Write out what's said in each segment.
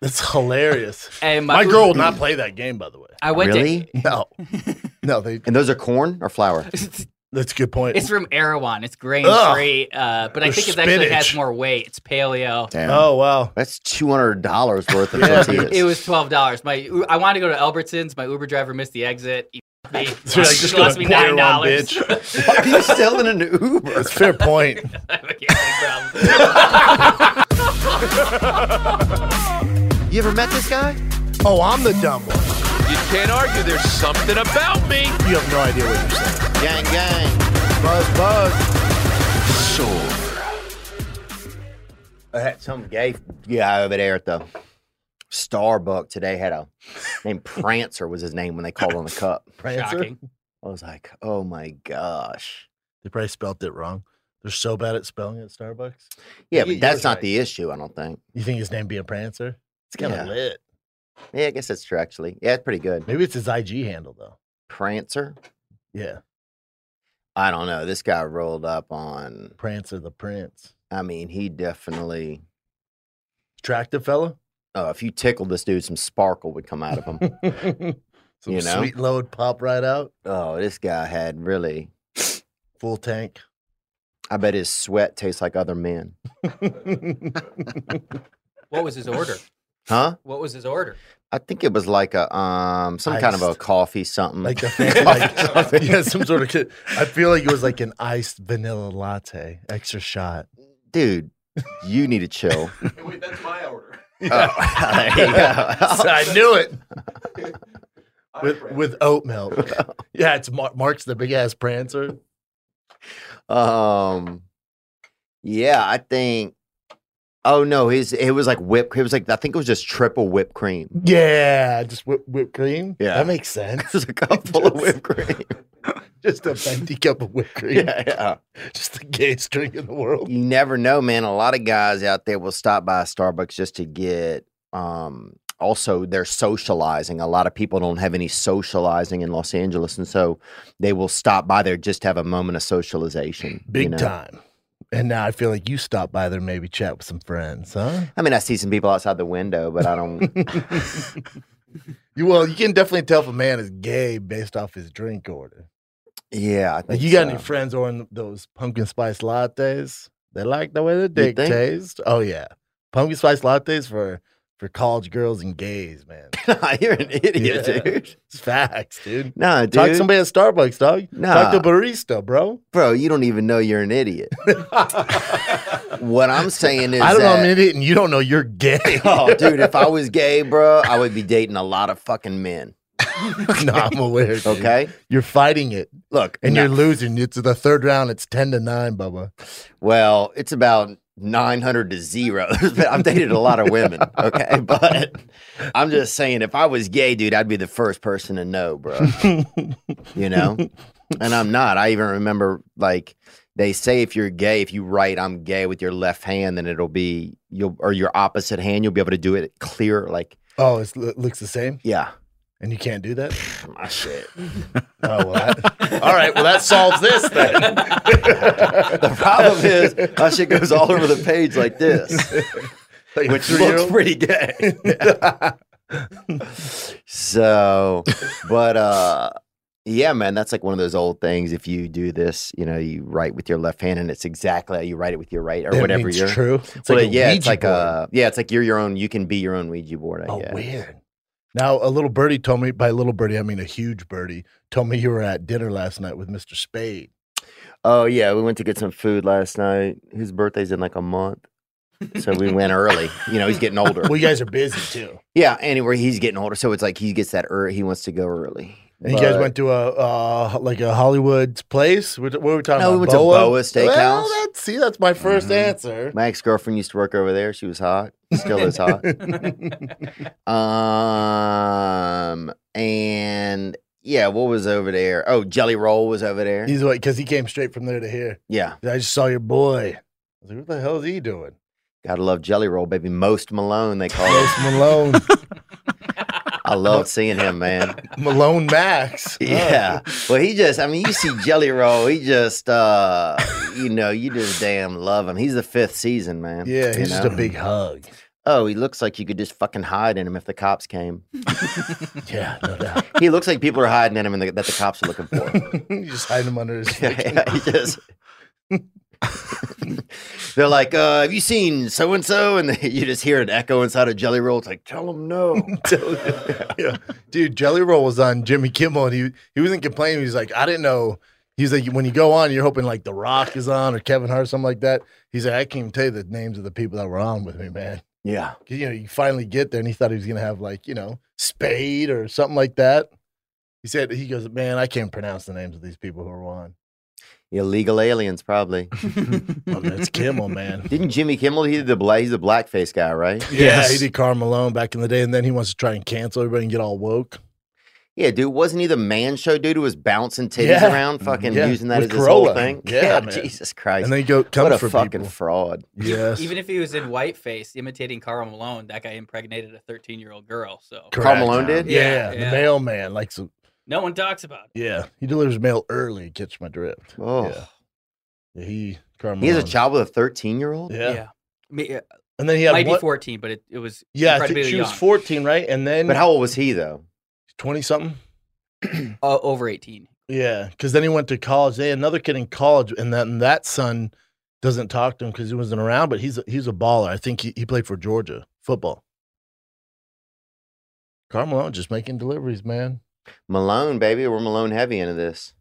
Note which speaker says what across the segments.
Speaker 1: That's hilarious.
Speaker 2: And
Speaker 1: My girl will not play that game, by the way.
Speaker 2: I went
Speaker 3: really?
Speaker 1: No, no, they.
Speaker 3: And those are corn or flour?
Speaker 2: to.
Speaker 1: That's a good point.
Speaker 2: It's from Erewhon. It's grain
Speaker 1: Ugh.
Speaker 2: free, uh, but I
Speaker 1: There's
Speaker 2: think it actually has
Speaker 1: spinach.
Speaker 2: more weight. It's paleo.
Speaker 3: Damn.
Speaker 1: oh wow.
Speaker 3: That's two hundred dollars worth of
Speaker 1: Yeah,
Speaker 3: tortillas.
Speaker 2: It was twelve dollars. My I wanted to go to Albertsons. My Uber driver missed the exit. He f- me.
Speaker 1: So you're like, just
Speaker 2: She
Speaker 1: go
Speaker 2: lost
Speaker 1: to
Speaker 2: me
Speaker 1: Blair
Speaker 2: nine
Speaker 1: on,
Speaker 2: dollars.
Speaker 3: Why are you selling an Uber?
Speaker 1: That's a fair point.
Speaker 3: You ever met this guy?
Speaker 1: Oh, I'm the dumb one.
Speaker 4: You can't argue there's something about me.
Speaker 1: You have no idea what you're saying.
Speaker 3: Gang, gang.
Speaker 1: Buzz, buzz.
Speaker 3: I had some gay guy over there at the Starbucks today had a named Prancer was his name when they called on the cup.
Speaker 2: Shocking.
Speaker 3: I was like, oh my gosh.
Speaker 1: They probably spelled it wrong. They're so bad at spelling at Starbucks.
Speaker 3: Yeah,
Speaker 1: You-
Speaker 3: but
Speaker 1: you
Speaker 3: that's
Speaker 1: was
Speaker 3: not
Speaker 1: right.
Speaker 3: the issue. I don't think.
Speaker 1: You think his name be a prancer? It's kind of
Speaker 3: Yeah.
Speaker 1: lit.
Speaker 3: Yeah, I guess that's true. Actually, yeah, it's pretty good.
Speaker 1: Maybe it's his IG handle though.
Speaker 3: Prancer.
Speaker 1: Yeah,
Speaker 3: I don't know. This guy rolled up on.
Speaker 1: Prancer the Prince.
Speaker 3: I mean, he definitely.
Speaker 1: Attractive fella.
Speaker 3: Oh, if you tickled this dude, some sparkle would come out of him.
Speaker 1: Some
Speaker 3: You know?
Speaker 1: sweet load pop right out.
Speaker 3: oh, this guy had really.
Speaker 1: Full tank.
Speaker 3: I bet his sweat tastes like other men.
Speaker 2: What was his order?
Speaker 3: Huh?
Speaker 2: What was his order?
Speaker 3: I think it was like a um some kind of a
Speaker 1: Iced.
Speaker 3: coffee something.
Speaker 1: like the thing, like yeah, some sort of. Kid. I feel like it was like an iced vanilla latte, extra shot.
Speaker 3: Dude, you need to chill.
Speaker 4: Wait, that's my order.
Speaker 3: Oh, there you go.
Speaker 1: So I knew it with with oat milk. Yeah, it's Mar- Mark's the big ass prancer.
Speaker 3: Um, yeah, I think. Oh no, his it was like whipped. It was like I think it was just triple whipped cream.
Speaker 1: Yeah, just whip, whipped cream.
Speaker 3: Yeah.
Speaker 1: that makes sense.
Speaker 3: It was a couple of whipped cream.
Speaker 1: Just a venti cup of whipped cream.
Speaker 3: Yeah, yeah.
Speaker 1: Just the gayest drink in the world.
Speaker 3: You never know, man. A lot of guys out there will stop by Starbucks just to get. Um, also, they're socializing. A lot of people don't have any socializing in Los Angeles, and so they will stop by there just to have a moment of socialization. you
Speaker 1: Big
Speaker 3: know?
Speaker 1: time. And now I feel like you stop by there, maybe chat with some friends, huh?
Speaker 3: I mean, I see some people outside the window, but I don't.
Speaker 1: You well, you can definitely tell if a man is gay based off his drink order.
Speaker 3: yeah, I think
Speaker 1: Like you got
Speaker 3: so.
Speaker 1: any friends ordering those pumpkin spice lattes? They like the way the dick
Speaker 3: think?
Speaker 1: tastes. Oh yeah, pumpkin spice lattes for for college girls and gays, man.
Speaker 3: You're an idiot,
Speaker 1: Yeah.
Speaker 3: dude.
Speaker 1: It's facts, dude.
Speaker 3: No, dude.
Speaker 1: Talk to somebody at Starbucks, dog. Talk
Speaker 3: Nah.
Speaker 1: to barista, bro.
Speaker 3: Bro, you don't even know you're an idiot. what I'm saying is,
Speaker 1: I don't know,
Speaker 3: that,
Speaker 1: I'm an idiot, and you don't know you're gay.
Speaker 3: oh, dude, if I was gay, bro, I would be dating a lot of fucking men.
Speaker 1: no, I'm aware. dude.
Speaker 3: Okay,
Speaker 1: you're fighting it,
Speaker 3: look,
Speaker 1: and
Speaker 3: no-
Speaker 1: you're losing. It's the third round. It's ten to nine, Bubba.
Speaker 3: well, it's about 900 to zero. But I've dated a lot of women. Okay, but I'm just saying, if I was gay, dude, I'd be the first person to know, bro. you know, and I'm not. I even remember like. They say if you're gay, if you write "I'm gay" with your left hand, then it'll be you'll or your opposite hand, you'll be able to do it clear, like
Speaker 1: Oh, it's, it looks the same,
Speaker 3: yeah,
Speaker 1: and you can't do that.
Speaker 3: my shit.
Speaker 1: Oh well. that- all right. Well, that solves this then.
Speaker 3: The problem is my shit goes all over the page like this,
Speaker 1: Like a
Speaker 3: which looks
Speaker 1: three-year-old?
Speaker 3: pretty gay. so, but uh, yeah, man, that's like one of those old things. If you do this, you know, you write with your left hand, and it's exactly how you write it with your right or
Speaker 1: That
Speaker 3: whatever
Speaker 1: means
Speaker 3: you're.
Speaker 1: true. It's
Speaker 3: well,
Speaker 1: like a
Speaker 3: yeah, it's
Speaker 1: Ouija
Speaker 3: like
Speaker 1: board.
Speaker 3: uh yeah, it's like you're your own. You can be your own Ouija board. I
Speaker 1: Oh,
Speaker 3: guess.
Speaker 1: weird. Now, a little birdie told me, by little birdie, I mean a huge birdie, told me you were at dinner last night with Mr. Spade.
Speaker 3: Oh yeah, we went to get some food last night. His birthday's in like a month, so we went early. You know, he's getting older.
Speaker 1: Well, you guys are busy too.
Speaker 3: Yeah, anyway, he's getting older, so it's like he gets that ear he wants to go early.
Speaker 1: And you guys
Speaker 3: But-
Speaker 1: went to a uh, like a Hollywood place. What what were we talking
Speaker 3: No, we
Speaker 1: about?
Speaker 3: went to Boa Steakhouse. Mm-hmm.
Speaker 1: Well, that's, see, that's my 1st answer.
Speaker 3: My ex girlfriend used to work over there. She was hot, still is hot. Um, and yeah, what was over there? Oh, Jelly Roll was over there.
Speaker 1: He's like, because he came straight from there to here.
Speaker 3: yeah,
Speaker 1: I just saw your boy. I was like, what the hell is he doing?
Speaker 3: gotta love Jelly Roll, baby. Most Malone, they call
Speaker 1: Post
Speaker 3: it.
Speaker 1: Malone,
Speaker 3: I love seeing him, man.
Speaker 1: Malone Max. Huh.
Speaker 3: Yeah. Well, he just, I mean, you see Jelly Roll, he just, uh, you know, you just damn love him. He's the fifth season, man.
Speaker 1: Yeah,
Speaker 3: you
Speaker 1: he's just a
Speaker 3: know?
Speaker 1: big hug.
Speaker 3: oh, he looks like you could just fucking hide in him if the cops came.
Speaker 1: Yeah, no doubt.
Speaker 3: He looks like people are hiding in him and the, that the cops are looking for.
Speaker 1: you just hide him under his.
Speaker 3: Yeah, he just. They're like, uh, have you seen so and so? And they- you just hear an echo inside a jelly roll. It's like, tell them no.
Speaker 1: yeah. Dude, Jelly Roll was on Jimmy Kimmel and he he wasn't complaining. He's like, I didn't know. He's like, when you go on, you're hoping like The Rock is on or Kevin Hart, something like that. He's like, I can't even tell you the names of the people that were on with me, man.
Speaker 3: yeah.
Speaker 1: 'Cause, you know, you finally get there and he thought he was gonna have like, you know, Spade or something like that. He said, he goes, man, I can't pronounce the names of these people who are on.
Speaker 3: Illegal aliens, probably.
Speaker 1: Oh, that's Kimmel, man.
Speaker 3: Didn't Jimmy Kimmel? He did the bla- he's the blackface guy, right?
Speaker 1: Yeah, he did Carl Malone back in the day, and then he wants to try and cancel everybody and get all woke.
Speaker 3: Yeah, dude. Wasn't he the man show dude who was bouncing titties
Speaker 1: Yeah. Mm-hmm.
Speaker 3: around, fucking
Speaker 1: Yeah,
Speaker 3: using that
Speaker 1: with
Speaker 3: as his whole
Speaker 1: Corolla.
Speaker 3: thing?
Speaker 1: Yeah, man.
Speaker 3: Jesus Christ.
Speaker 1: And then he go
Speaker 3: what
Speaker 1: comes
Speaker 3: a
Speaker 1: for
Speaker 3: fucking
Speaker 1: people.
Speaker 3: fraud.
Speaker 1: Yes,
Speaker 2: Even if he was in whiteface imitating Carl Malone, that guy impregnated a 13 year old girl. So
Speaker 3: Carl
Speaker 1: Correct.
Speaker 3: Malone did?
Speaker 2: Yeah,
Speaker 1: Yeah,
Speaker 2: yeah.
Speaker 1: the mailman likes to
Speaker 2: no one talks about it.
Speaker 1: Yeah, he delivers mail early. Catch my drift.
Speaker 3: Oh.
Speaker 1: Yeah. Yeah, he Carmelo.
Speaker 3: He has a child with a 13 year old?
Speaker 1: Yeah.
Speaker 2: Me- uh,
Speaker 1: and then he had
Speaker 2: might
Speaker 1: one.
Speaker 2: be 14, but it, it was
Speaker 1: yeah, I
Speaker 2: incredibly
Speaker 1: think she was
Speaker 2: young.
Speaker 1: fourteen, right? And then
Speaker 3: But how old was he, though?
Speaker 1: twenty something.
Speaker 2: Uh, over 18.
Speaker 1: Yeah, because then he went to college. They had another kid in college, and then that son doesn't talk to him because he wasn't around. But he's a, he's a baller. I think he, he played for Georgia football. Carmelo just making deliveries, man.
Speaker 3: Malone, baby. We're Malone heavy into this.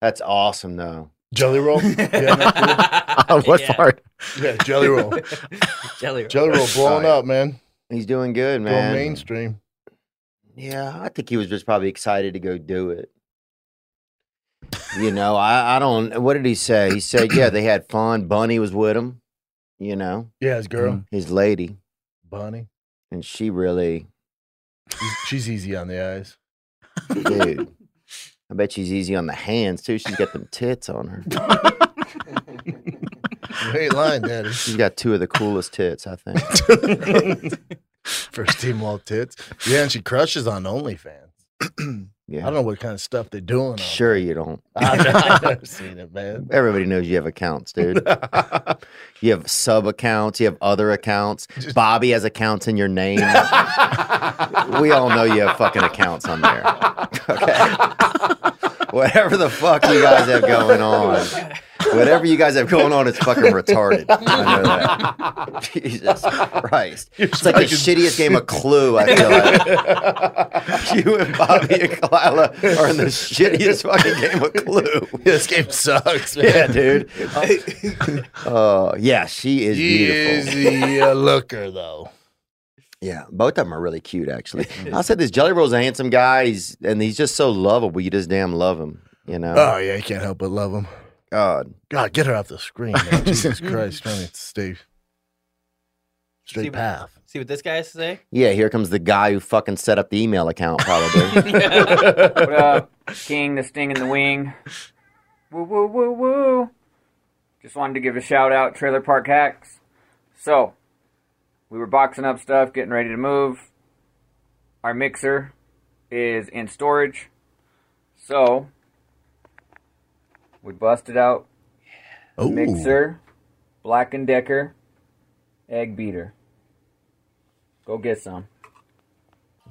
Speaker 3: That's awesome, though.
Speaker 1: Jelly roll, yeah,
Speaker 3: what
Speaker 2: Yeah.
Speaker 3: part?
Speaker 1: yeah, jelly roll,
Speaker 2: Jelly roll.
Speaker 1: jelly roll, blowing
Speaker 3: Right.
Speaker 1: up, man.
Speaker 3: He's doing good,
Speaker 1: Going
Speaker 3: man.
Speaker 1: mainstream.
Speaker 3: Yeah, I think he was just probably excited to go do it. You know, I, I don't. What did he say? He said, "Yeah, they had fun. Bunny was with him. You know,
Speaker 1: Yeah, his girl
Speaker 3: his lady,
Speaker 1: Bonnie.
Speaker 3: and she really,
Speaker 1: She's- She's easy on the eyes.
Speaker 3: dude. I bet she's easy on the hands too. She's got them tits on her.
Speaker 1: You ain't lying, Daddy.
Speaker 3: She's got two of the coolest tits, I think.
Speaker 1: First team all tits. Yeah, and she crushes on OnlyFans. I
Speaker 3: Yeah,
Speaker 1: don't know what kind of stuff they're doing. on-
Speaker 3: sure you don't.
Speaker 1: I've never seen it, man.
Speaker 3: Everybody knows you have accounts, dude. You have sub accounts. You have other accounts.
Speaker 1: Just-
Speaker 3: Bobby has accounts in your name. we all know you have fucking accounts on there. Okay. Whatever the fuck you guys have going on, whatever you guys have going on, it's fucking retarded. I know that. Jesus Christ. It's like the shittiest game of Clue, I feel like. you and Bobby and Kalila are in the shittiest fucking game of Clue.
Speaker 1: this game sucks, man.
Speaker 3: Yeah, dude. Uh, yeah, she is
Speaker 1: He
Speaker 3: beautiful.
Speaker 1: is the uh, looker, though.
Speaker 3: Yeah, both of them are really cute, actually. I said this Jelly Roll's a handsome guy, he's, and he's just so lovable. You just damn love him, you know.
Speaker 1: Oh yeah, you can't help but love him.
Speaker 3: God,
Speaker 1: God, get her off the screen, man. Jesus Christ, trying to stay straight
Speaker 2: See, but-
Speaker 1: path.
Speaker 2: See what this guy has to say?
Speaker 3: yeah. Here comes the guy who fucking set up the email account, probably.
Speaker 5: What up? King, the sting in the wing. Woo, woo, woo, woo. Just wanted to give a shout out, Trailer Park Hacks. So, we were boxing up stuff, getting ready to move. Our mixer is in storage. So, we busted out
Speaker 1: Oh,
Speaker 5: mixer, Black and Decker, egg beater. Go get some.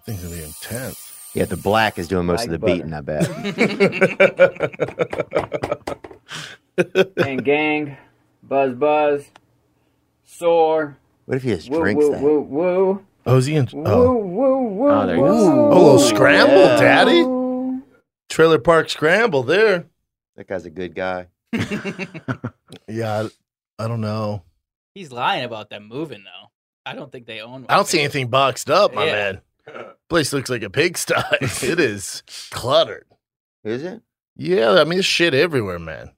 Speaker 1: things are intense.
Speaker 3: yeah, the black is doing most of
Speaker 5: Like
Speaker 3: the
Speaker 5: butter.
Speaker 3: beating, I bet.
Speaker 5: Gang, gang, buzz, buzz, soar.
Speaker 3: What if he just
Speaker 5: Woo,
Speaker 3: drinks
Speaker 5: woo,
Speaker 3: that?
Speaker 5: woo, woo.
Speaker 1: Oh, is he in?
Speaker 5: Woo,
Speaker 1: Oh,
Speaker 5: woo, woo,
Speaker 3: Ah,
Speaker 6: Oh, there you go.
Speaker 5: woo.
Speaker 1: oh a little scramble,
Speaker 3: Yeah.
Speaker 1: Daddy. Trailer Park Scramble there.
Speaker 3: That guy's a good guy.
Speaker 1: Yeah, I, I don't know.
Speaker 2: He's lying about them moving, though. I don't think they own one.
Speaker 1: I don't see anything boxed up, my
Speaker 2: Yeah.
Speaker 1: man. Place looks like a pigsty. it is cluttered.
Speaker 3: Is it?
Speaker 1: Yeah, I mean, there's shit everywhere, man.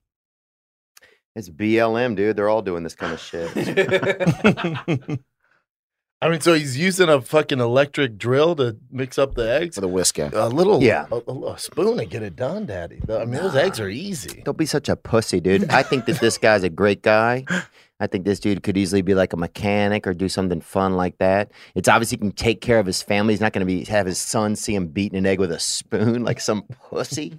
Speaker 3: It's BLM, dude. They're all doing this kind of shit.
Speaker 1: I mean, so he's using a fucking electric drill to mix up the eggs.
Speaker 6: for the whisker.
Speaker 1: A little,
Speaker 3: Yeah.
Speaker 1: a, a little spoon to get it done, Daddy. Though, I mean, those eggs are easy.
Speaker 3: Don't be such a pussy, dude. I think that this guy's a great guy. I think this dude could easily be like a mechanic or do something fun like that. It's obvious he can take care of his family. He's not going to be have his son see him beating an egg with a spoon like some pussy.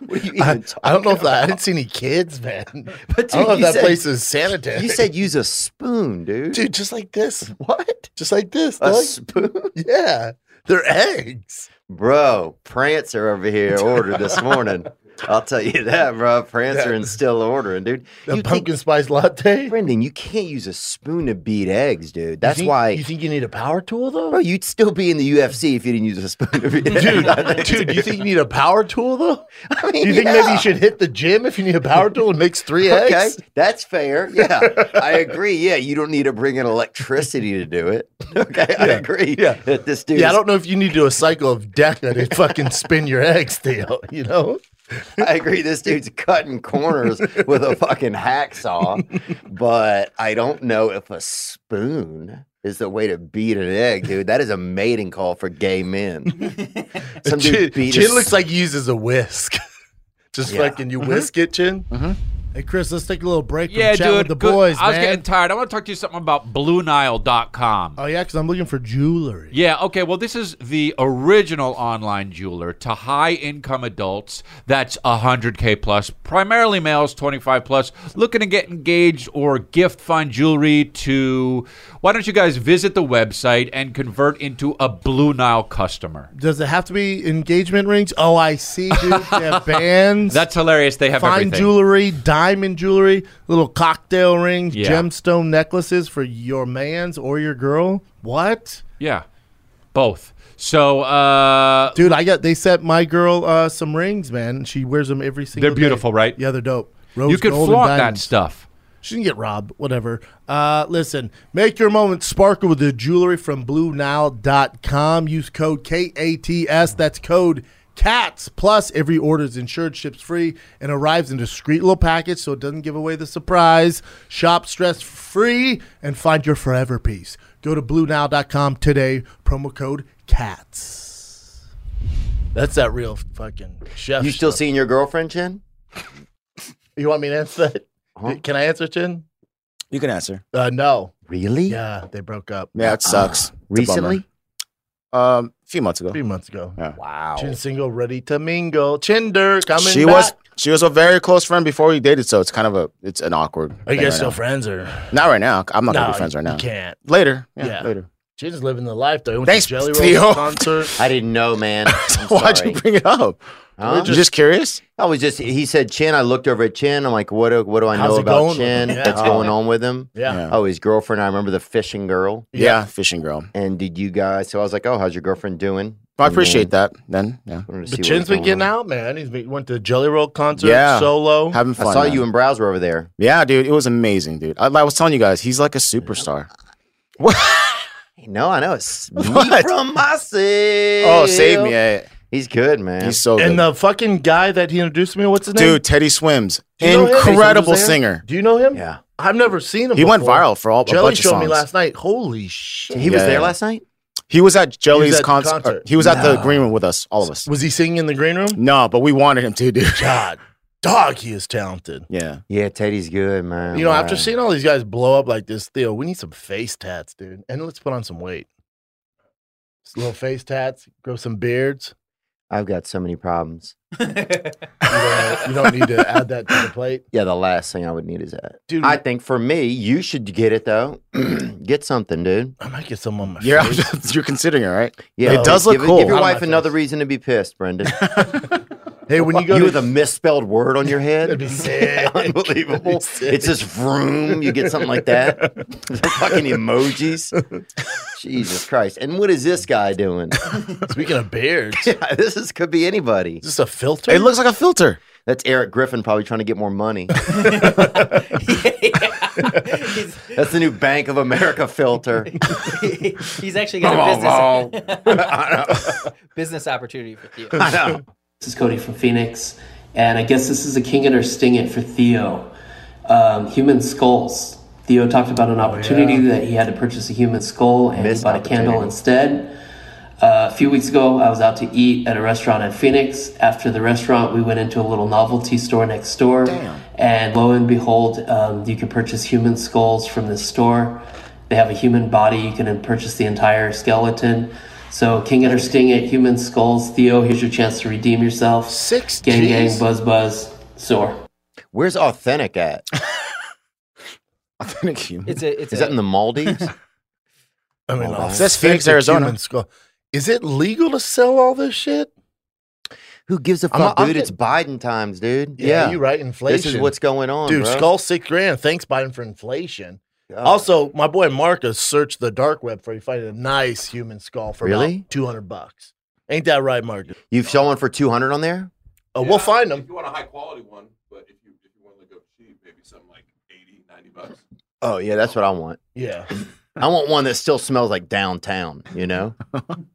Speaker 3: What are you even
Speaker 1: I,
Speaker 3: talking
Speaker 1: I don't know if that, I
Speaker 3: about?
Speaker 1: didn't see any kids, man.
Speaker 3: But
Speaker 1: I don't know
Speaker 3: dude,
Speaker 1: if
Speaker 3: you
Speaker 1: that
Speaker 3: said-
Speaker 1: place is sanitary.
Speaker 3: You said use a spoon, dude.
Speaker 1: dude, just like this,
Speaker 3: what?
Speaker 1: just like this.
Speaker 3: A
Speaker 1: dog.
Speaker 3: spoon?
Speaker 1: yeah, they're eggs.
Speaker 3: Bro, Prancer over here ordered this morning. I'll tell you that, bro. Prancer
Speaker 1: Yeah.
Speaker 3: and still ordering, dude.
Speaker 1: The
Speaker 3: You
Speaker 1: pumpkin spice latte.
Speaker 3: think, Brendan, you can't use a spoon to beat eggs, dude.
Speaker 1: You
Speaker 3: That's
Speaker 1: think-
Speaker 3: why,
Speaker 1: you think you need a power tool though,
Speaker 3: bro, you'd still be in the UFC if you didn't use a spoon to beat eggs.
Speaker 1: dude.
Speaker 3: I think,
Speaker 1: dude, do you think you need a power tool though?
Speaker 3: I
Speaker 1: Do
Speaker 3: mean,
Speaker 1: you think maybe
Speaker 3: yeah.
Speaker 1: you should hit the gym if you need a power tool and mix three
Speaker 3: Okay,
Speaker 1: eggs?
Speaker 3: that's fair. Yeah, I agree. Yeah, you don't need to bring in electricity to do it. Okay, I
Speaker 1: Yeah,
Speaker 3: agree.
Speaker 1: yeah.
Speaker 3: that this dude.
Speaker 1: Yeah, I
Speaker 3: is-
Speaker 1: don't know if you need to do a cycle of DECA to fucking spin your eggs, Theo. You know,
Speaker 3: I agree. This dude's cutting corners with a fucking hacksaw, but I don't know if a spoon is the way to beat an egg, dude. That is a mating call for gay men. Some
Speaker 1: Chin,
Speaker 3: dude beat
Speaker 1: Chin
Speaker 3: a
Speaker 1: looks like he uses a whisk. Just
Speaker 3: Yeah. Mm-hmm.
Speaker 1: fucking you whisk it, Chin. Hey Chris, let's take a little break. from
Speaker 6: Yeah,
Speaker 1: chatting
Speaker 6: dude.
Speaker 1: with the
Speaker 6: good-
Speaker 1: boys,
Speaker 6: I was
Speaker 1: man.
Speaker 6: getting tired. I want to talk to you something about BlueNile.com.
Speaker 1: Oh yeah, because I'm looking for jewelry.
Speaker 6: Yeah, okay. Well, this is the original online jeweler to high income adults. That's 100K plus, primarily males, 25 plus, looking to get engaged or gift fine jewelry to. Why don't you guys visit the website and convert into a Blue Nile customer?
Speaker 1: Does it have to be engagement rings? Oh, I see, dude. They have bands.
Speaker 6: That's hilarious. They have
Speaker 1: fine
Speaker 6: everything.
Speaker 1: jewelry, diamond jewelry, little cocktail rings,
Speaker 6: Yeah.
Speaker 1: gemstone necklaces for your man's or your girl. What?
Speaker 6: Yeah, both. So, uh,
Speaker 1: Dude, I got they sent my girl uh, some rings, man. She wears them every single
Speaker 6: They're
Speaker 1: day.
Speaker 6: beautiful, right?
Speaker 1: Yeah, they're dope. Rose
Speaker 6: you could
Speaker 1: gold, and
Speaker 6: flaunt that
Speaker 1: diamonds.
Speaker 6: stuff.
Speaker 1: She can get robbed, whatever. Uh, listen, make your moment sparkle with the jewelry from BlueNile.com. Use code KATS. That's code CATS. Plus, every order is insured, ships free, and arrives in a discreet little package so it doesn't give away the surprise. Shop stress free and find your forever piece. Go to BlueNile.com today. Promo code CATS. That's that real fucking chef.
Speaker 3: You still
Speaker 1: stuff.
Speaker 3: seeing your girlfriend, Chin?
Speaker 1: You want me to answer that?
Speaker 7: Uh-huh.
Speaker 3: Huh?
Speaker 1: Can I answer, Chin?
Speaker 7: You can answer.
Speaker 1: Uh, no.
Speaker 3: Really?
Speaker 1: Yeah, they broke up.
Speaker 7: Yeah, it sucks. It's a bummer.
Speaker 3: Recently?
Speaker 7: Um, a few months ago.
Speaker 1: three months ago.
Speaker 7: Yeah.
Speaker 3: Wow.
Speaker 1: Chin single, ready to mingle. Chinder coming.
Speaker 7: She
Speaker 1: back.
Speaker 7: was she was a very close friend before we dated, so it's kind of a it's an awkward.
Speaker 1: Are you
Speaker 7: thing
Speaker 1: guys
Speaker 7: right
Speaker 1: still
Speaker 7: now.
Speaker 1: friends or
Speaker 7: Not right now. I'm not
Speaker 1: no,
Speaker 7: gonna be friends right now.
Speaker 1: You can't.
Speaker 7: Later. Yeah,
Speaker 1: Yeah.
Speaker 7: Later.
Speaker 1: Chin's living the life though. He went
Speaker 7: Thanks,
Speaker 1: to Jelly
Speaker 7: Theo.
Speaker 1: Roll concert.
Speaker 3: I didn't know, man. I'm
Speaker 7: Why'd
Speaker 3: sorry.
Speaker 7: you bring it up?
Speaker 3: Huh?
Speaker 7: You're just curious?
Speaker 3: I was just, he said Chin. I looked over at Chin. I'm like, what do, what do I
Speaker 1: How's
Speaker 3: know
Speaker 1: it going
Speaker 3: about
Speaker 1: with
Speaker 3: Chin
Speaker 1: him? Yeah.
Speaker 3: that's going on with him?
Speaker 1: Yeah.
Speaker 7: Yeah.
Speaker 3: Oh, his girlfriend. I remember the fishing girl.
Speaker 7: Yeah, fishing girl.
Speaker 3: And did you guys, so I was like, oh, how's your girlfriend doing?
Speaker 7: I appreciate that. Then yeah,
Speaker 3: that.
Speaker 1: But Chin's been getting out, man. He's been, went to Jelly Roll concert
Speaker 7: Yeah.
Speaker 1: solo.
Speaker 7: having fun.
Speaker 3: I saw
Speaker 7: man.
Speaker 3: you and Browse were over there.
Speaker 7: Yeah, dude, it was amazing, dude. I, I was telling you guys, he's like a superstar.
Speaker 3: Hey, no, I know. It's me
Speaker 7: What?
Speaker 3: from myself.
Speaker 7: Oh, save me! Yeah, yeah.
Speaker 3: He's good, man.
Speaker 7: He's so
Speaker 1: and
Speaker 7: good,
Speaker 1: the fucking guy that he introduced me, to, what's his name?
Speaker 7: dude. Teddy swims,
Speaker 1: Do you know him?
Speaker 7: incredible
Speaker 3: He was there?
Speaker 7: singer.
Speaker 1: do you know him?
Speaker 3: yeah.
Speaker 1: I've never seen him.
Speaker 7: He went
Speaker 1: before.
Speaker 7: viral for all a
Speaker 1: Jelly
Speaker 7: bunch of
Speaker 1: showed
Speaker 7: songs.
Speaker 1: me last night. Holy shit!
Speaker 3: He was
Speaker 7: Yeah.
Speaker 3: there last night?
Speaker 7: he was at Jelly's
Speaker 1: at the
Speaker 7: concert.
Speaker 1: concert.
Speaker 7: He was at the
Speaker 3: No.
Speaker 7: green room with us, all of us.
Speaker 1: was he singing in the green room?
Speaker 7: No, but we wanted him to, dude.
Speaker 1: God, dog, he is talented.
Speaker 7: Yeah,
Speaker 3: Yeah, Teddy's good, man.
Speaker 1: You know, after
Speaker 3: Wow.
Speaker 1: seeing all these guys blow up like this, Theo, we need some face tats, dude. And let's put on some weight. Just little face tats, grow some beards.
Speaker 3: I've got so many problems.
Speaker 1: You don't, you don't need to add that to the plate.
Speaker 3: Yeah, the last thing I would need is that.
Speaker 1: Dude,
Speaker 3: I
Speaker 1: I,
Speaker 3: think for me, you should get it though. get something, dude.
Speaker 1: might get some on my
Speaker 7: you're
Speaker 1: face.
Speaker 7: you're considering it, right?
Speaker 3: Yeah,
Speaker 7: It does
Speaker 3: give
Speaker 7: look cool.
Speaker 3: Give your
Speaker 1: Out of
Speaker 3: wife
Speaker 1: my
Speaker 3: another
Speaker 1: face.
Speaker 3: reason to be pissed, Brendan.
Speaker 1: Hey, when you go
Speaker 3: you
Speaker 1: to
Speaker 3: with a misspelled word on your
Speaker 1: that'd
Speaker 3: head.
Speaker 1: be sick.
Speaker 3: Unbelievable. It's just vroom. You get something like that. Fucking emojis. Jesus Christ. And what is this guy doing?
Speaker 1: Speaking of beards, is
Speaker 3: Yeah, this is, could be anybody.
Speaker 1: this a filter?
Speaker 7: It looks like a filter.
Speaker 3: That's Eric Griffin probably trying to get more money.
Speaker 2: he's,
Speaker 3: That's the new Bank of America filter.
Speaker 2: he's actually got a
Speaker 3: I know.
Speaker 2: business, business opportunity for Theo.
Speaker 3: I know.
Speaker 8: This is Cody from Phoenix, and I guess this is a king it or sting it for Theo. Um, human skulls. Theo talked about an opportunity that he had to purchase a human skull and
Speaker 3: Oh, Missed
Speaker 8: he bought a candle
Speaker 3: opportunity.
Speaker 8: instead. Uh, a few weeks ago, I was out to eat at a restaurant in Phoenix. After the restaurant, we went into a little novelty store next door, and lo and behold, um, you can purchase human skulls from this store. They have a human body; you can purchase the entire skeleton. So King it or Sting it, Human Skulls, Theo, here's your chance to redeem yourself.
Speaker 1: Six
Speaker 8: Gang
Speaker 1: Gs?
Speaker 8: gang, buzz buzz, sore.
Speaker 3: Where's authentic at?
Speaker 7: Authentic human.
Speaker 2: It's a. It's
Speaker 3: Is
Speaker 2: a,
Speaker 3: that in the Maldives?
Speaker 1: I mean,
Speaker 3: Hold on.
Speaker 1: authentic
Speaker 7: That's Phoenix, Arizona.
Speaker 1: human skull. Is it legal to sell all this shit?
Speaker 3: Who gives a
Speaker 1: I'm-
Speaker 3: fuck,
Speaker 1: I'm
Speaker 3: dude?
Speaker 1: get-
Speaker 3: it's Biden times, dude. Yeah,
Speaker 1: you're right. Inflation.
Speaker 3: this is what's going on,
Speaker 1: dude.
Speaker 3: bro.
Speaker 1: Skull six grand. Thanks Biden for inflation.
Speaker 3: Oh.
Speaker 1: Also, my boy Marcus searched the dark web for he find a nice human skull for
Speaker 3: Really?
Speaker 1: two hundred bucks. Ain't that right, Marcus?
Speaker 3: you've sold for two hundred on there.
Speaker 1: Oh, we'll find
Speaker 4: If
Speaker 1: him.
Speaker 4: you want a high quality one, but if you if you want to go cheap, maybe something like 80, 90 bucks.
Speaker 3: Oh yeah, that's what I want.
Speaker 1: Yeah,
Speaker 3: I want one that still smells like downtown. You know?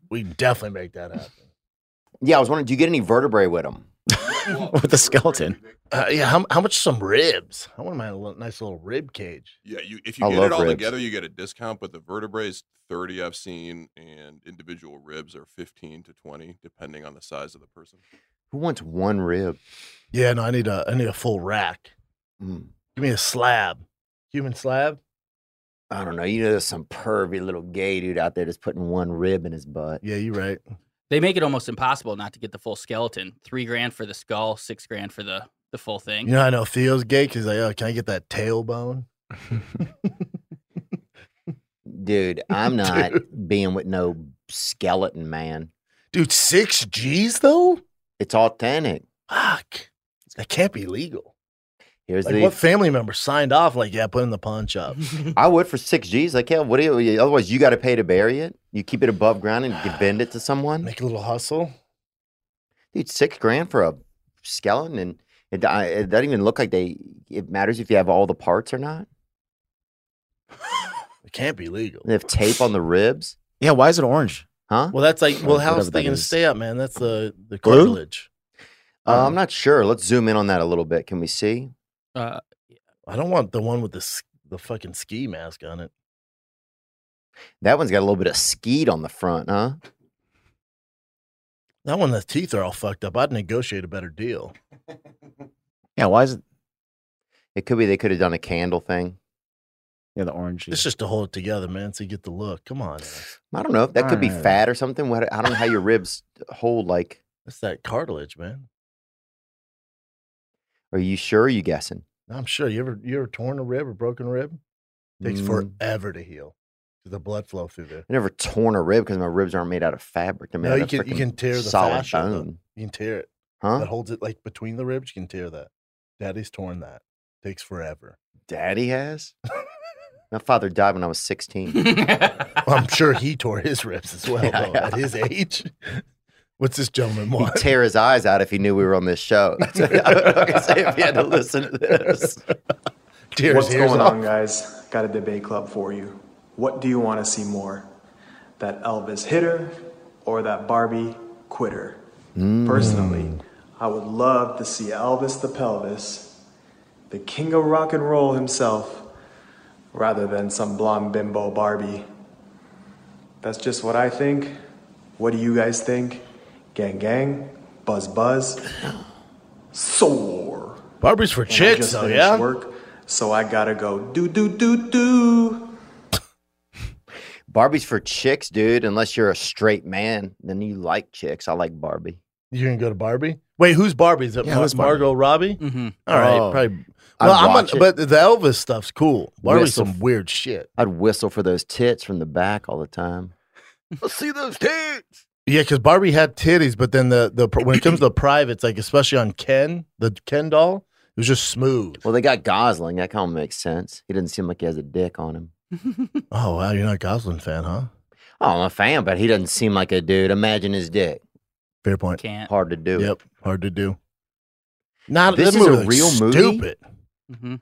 Speaker 1: we can definitely make that happen.
Speaker 3: yeah, I was wondering, do you get any vertebrae with them?
Speaker 7: With the skeleton.
Speaker 1: Uh, yeah, how, how much some ribs? I want to have a little, nice little rib cage.
Speaker 4: Yeah, you if you
Speaker 3: I
Speaker 4: get
Speaker 3: love
Speaker 4: it all
Speaker 3: ribs.
Speaker 4: together, you get a discount. But the vertebrae is thirty, I've seen, and individual ribs are fifteen to twenty, depending on the size of the person.
Speaker 3: Who wants one rib?
Speaker 1: Yeah, no, I need a I need a full rack.
Speaker 3: Mm,
Speaker 1: Give me a slab, human slab.
Speaker 3: I don't know. You know, there's some pervy little gay dude out there that's putting one rib in his butt.
Speaker 1: Yeah, you're right.
Speaker 2: they make it almost impossible not to get the full skeleton. Three grand for the skull, six grand for the the full thing.
Speaker 1: You know, I know Theo's gay because like, oh, can I get that tailbone?
Speaker 3: Dude, I'm not being with no skeleton man.
Speaker 1: Dude, six G's though.
Speaker 3: It's authentic.
Speaker 1: Fuck, that can't be legal.
Speaker 3: Here's
Speaker 1: Like,
Speaker 3: the.
Speaker 1: what family member signed off? Like, yeah, put it in the pawn shop.
Speaker 3: I would for six G's. Like, yeah, what do you? Otherwise, you got to pay to bury it. You keep it above ground and you bend it to someone.
Speaker 1: Make a little hustle.
Speaker 3: Dude, six grand for a skeleton, and it, I, it doesn't even look like they. It matters if you have all the parts or not.
Speaker 1: It can't be legal.
Speaker 3: They have tape on the ribs,
Speaker 7: Yeah, why is it orange?
Speaker 3: huh?
Speaker 1: Well, that's like, well,
Speaker 7: Or
Speaker 1: how's
Speaker 7: whatever
Speaker 1: they
Speaker 7: that
Speaker 1: gonna
Speaker 7: is.
Speaker 1: stay up, man? That's the the
Speaker 7: Glue?
Speaker 1: cartilage. Um,
Speaker 3: Uh, I'm not sure. Let's zoom in on that a little bit. Can we see?
Speaker 2: Uh,
Speaker 1: I don't want the one with the s- the fucking ski mask on it.
Speaker 3: That one's got a little bit of skeet on the front, huh?
Speaker 1: That one, the teeth are all fucked up. I'd negotiate a better deal.
Speaker 7: Yeah, why is it?
Speaker 3: It could be they could have done a candle thing.
Speaker 7: Yeah, the orange.
Speaker 1: It's just to hold it together, man, so you get the look. Come on, man.
Speaker 3: I don't know. That could be
Speaker 7: Alright.
Speaker 3: fat or something. What- I don't know how your ribs hold. Like,
Speaker 1: that's that cartilage, man.
Speaker 3: are you sure? Or are you guessing?
Speaker 1: I'm sure you ever you ever torn a rib or broken a rib. Takes
Speaker 3: Mm.
Speaker 1: forever to heal. 'cause The blood flow through there.
Speaker 3: I never torn a rib because my ribs aren't made out of fabric. They're made
Speaker 1: No,
Speaker 3: out
Speaker 1: you
Speaker 3: of
Speaker 1: can- you
Speaker 3: frickin'
Speaker 1: can tear the
Speaker 3: solid
Speaker 1: fascia, though.
Speaker 3: bone.
Speaker 1: You can tear it.
Speaker 3: Huh?
Speaker 1: that holds it like between the ribs. You can tear that. Daddy's torn that. Takes forever.
Speaker 3: Daddy has. my father died when I was 16.
Speaker 1: Well, I'm sure he tore his ribs as well
Speaker 3: Yeah,
Speaker 1: though,
Speaker 3: yeah.
Speaker 1: at his age. What's this gentleman
Speaker 3: He'd
Speaker 1: want?
Speaker 3: tear his eyes out if he knew we were on this show. I don't know what to say if he had to listen to this.
Speaker 1: Tears
Speaker 9: What's
Speaker 1: hairs
Speaker 9: going
Speaker 1: off.
Speaker 9: on, guys? Got a debate club for you. What do you want to see more? That Elvis hitter or that Barbie quitter? Personally,
Speaker 1: Mm.
Speaker 9: I would love to see Elvis the pelvis, the king of rock and roll himself, rather than some blonde bimbo Barbie. That's just what I think. What do you guys think? Gang, gang, buzz, buzz, soar.
Speaker 1: Barbie's for
Speaker 9: I
Speaker 1: chicks,
Speaker 9: just
Speaker 1: though,
Speaker 9: finished
Speaker 1: yeah.
Speaker 9: Work, so I gotta go do do do do.
Speaker 3: Barbie's for chicks, dude. Unless you're a straight man, then you like chicks. I like Barbie.
Speaker 1: You gonna go to Barbie? Wait, who's Barbie? Is it
Speaker 7: Yeah,
Speaker 1: Mar-
Speaker 7: who's Barbie? Mm-hmm.
Speaker 1: Margot Robbie?
Speaker 2: mhm.
Speaker 1: All right,
Speaker 3: Oh.
Speaker 1: probably.
Speaker 3: I'd
Speaker 1: Well, I'm
Speaker 3: watch
Speaker 1: gonna, but the Elvis stuff's cool. Barbie's
Speaker 3: Whistle.
Speaker 1: some weird shit.
Speaker 3: I'd whistle for those tits from the back all the time. Let's see those tits.
Speaker 1: Yeah, because Barbie had titties, but then the the when it comes to the privates, like especially on Ken, the Ken doll, it was just smooth.
Speaker 3: Well, they got Gosling. That kind of makes sense. He doesn't seem like he has a dick on him.
Speaker 1: Oh wow, you're not a Goslin fan, huh?
Speaker 3: Oh, I'm a fan, but he doesn't seem like a dude. Imagine his dick.
Speaker 1: Fair point.
Speaker 2: Can't.
Speaker 3: Hard to do.
Speaker 1: Yep, hard to do. Not
Speaker 3: This
Speaker 1: that
Speaker 3: is a
Speaker 1: movie looks
Speaker 3: real movie?
Speaker 1: Stupid.
Speaker 2: Mhm.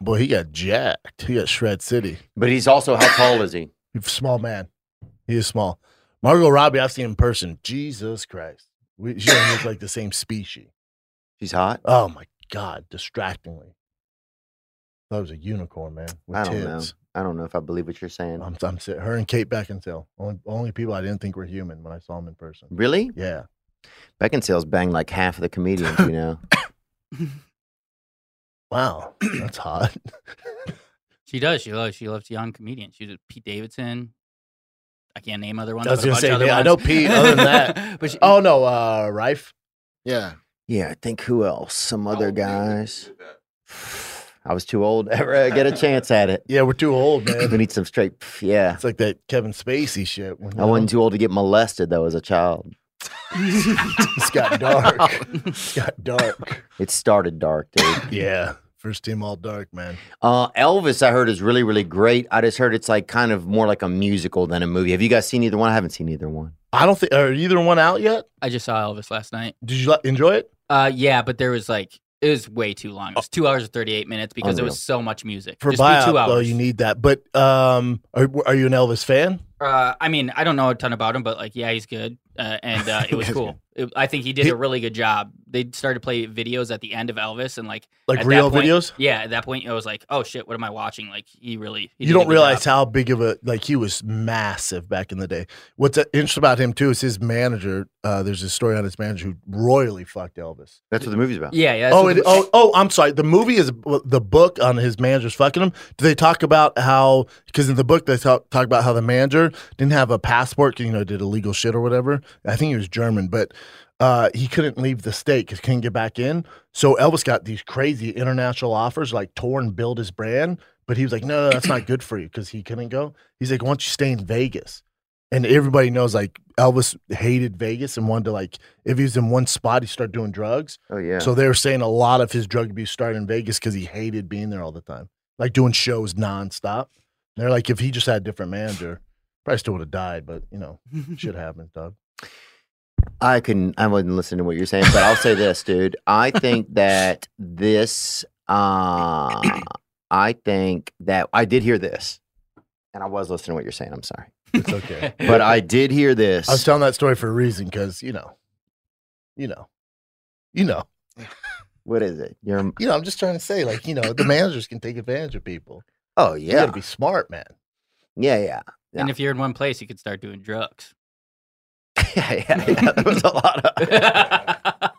Speaker 1: Boy, he got jacked. He got shred city.
Speaker 3: But he's also how tall is he?
Speaker 1: He's a small man. He is small. Margot Robbie, I've seen in person. Jesus Christ, we, she doesn't look like the same species.
Speaker 3: She's hot.
Speaker 1: Oh my god, distractingly. That was a unicorn, man. With
Speaker 3: I don't
Speaker 1: tits.
Speaker 3: know. I don't know if I believe what you're saying.
Speaker 1: I'm, I'm si- her and Kate Beckinsale. Only, only people I didn't think were human when I saw them in person.
Speaker 3: really?
Speaker 1: Yeah,
Speaker 3: Beckinsale's banged like half of the comedians, you know.
Speaker 1: wow, that's hot.
Speaker 2: She does. She loves. She loves young comedians. She did Pete Davidson. I can't name other ones.
Speaker 1: I was
Speaker 2: but a
Speaker 1: gonna
Speaker 2: bunch
Speaker 1: say,
Speaker 2: of other
Speaker 1: yeah, I
Speaker 2: ones.
Speaker 1: know Pete. Other than that,
Speaker 2: but she-
Speaker 1: oh no, uh, Rife.
Speaker 7: Yeah.
Speaker 3: Yeah, I think who else? Some
Speaker 4: How
Speaker 3: other
Speaker 4: old do you think you
Speaker 3: guys.
Speaker 4: did that?
Speaker 3: I was too old ever to get a chance at it.
Speaker 1: Yeah, we're too old,
Speaker 3: We
Speaker 1: man.
Speaker 3: need some straight. Yeah.
Speaker 1: it's like that Kevin Spacey shit. When, uh,
Speaker 3: I wasn't too old to get molested though as a child.
Speaker 1: It's got dark. it's got dark.
Speaker 3: It started dark, dude.
Speaker 1: Yeah, first team all dark, man.
Speaker 3: Uh, Elvis, I heard is really really great. I just heard it's like kind of more like a musical than a movie. Have you guys seen either one? I haven't seen either one.
Speaker 1: I don't think are either one out yet.
Speaker 2: I just saw Elvis last night.
Speaker 1: Did you li- enjoy it? Oh.
Speaker 2: Uh, yeah, but there was like it was way too long. It was two hours and thirty eight minutes because there
Speaker 3: Unreal.
Speaker 2: was so much music.
Speaker 1: For
Speaker 2: just be two
Speaker 1: buyout, though,
Speaker 2: hours.
Speaker 1: you need that. But um, are, are you an Elvis fan?
Speaker 2: uh, I mean, I don't know a ton about him, but like, yeah, he's good, uh, and uh, it was
Speaker 1: He's
Speaker 2: cool. It- I think he did
Speaker 1: He-
Speaker 2: a really good job. They started to play videos at the end of Elvis, and like
Speaker 1: Like
Speaker 2: at that
Speaker 1: real
Speaker 2: point-
Speaker 1: videos?
Speaker 2: Yeah, at that point, I was like, oh shit, what am I watching? Like, he really
Speaker 1: you
Speaker 2: he did a
Speaker 1: don't
Speaker 2: good
Speaker 1: realize
Speaker 2: job.
Speaker 1: how big of a like he was massive back in the day. What's uh, interesting about him too is his manager. Uh, there's a story on his manager who royally fucked Elvis.
Speaker 3: That's what the movie's about.
Speaker 2: Yeah, yeah. that's
Speaker 1: Oh,
Speaker 2: what
Speaker 1: it,
Speaker 2: the-
Speaker 1: oh, oh! I'm sorry. The movie is well, the book on his manager's fucking him. Do they talk about how? Because in the book they talk, talk about how the manager didn't have a passport. 'cause, You know, did illegal shit or whatever. I think he was German, but uh, he couldn't leave the state because couldn't get back in. So Elvis got these crazy international offers, like tour and build his brand. But he was like, no, no that's not good for you because he couldn't go. He's like, why don't you stay in Vegas? And everybody knows like Elvis hated Vegas and wanted to like if he was in one spot, he started doing drugs.
Speaker 3: Oh yeah.
Speaker 1: So they were saying a lot of his drug abuse started in Vegas because he hated being there all the time, like doing shows nonstop. And they're like, if he just had a different manager, probably still would have died. But you know, shit happens, dog.
Speaker 3: I couldn't. I wouldn't listen to what you're saying, but I'll say this, dude. I think that this. Uh, I think that I did hear this, and I was listening to what you're saying. I'm sorry,
Speaker 1: It's okay.
Speaker 3: but I did hear this.
Speaker 1: I was telling that story for a reason because you know, you know, you know,
Speaker 3: what is it? You're.
Speaker 1: you know. I'm just trying to say, like, you know, the managers can take advantage of people.
Speaker 3: Oh
Speaker 1: You
Speaker 3: yeah,
Speaker 1: gotta be smart, man.
Speaker 3: yeah, yeah.
Speaker 2: and if you're in one place, you could start doing drugs.
Speaker 3: yeah, yeah, yeah. There was a lot of.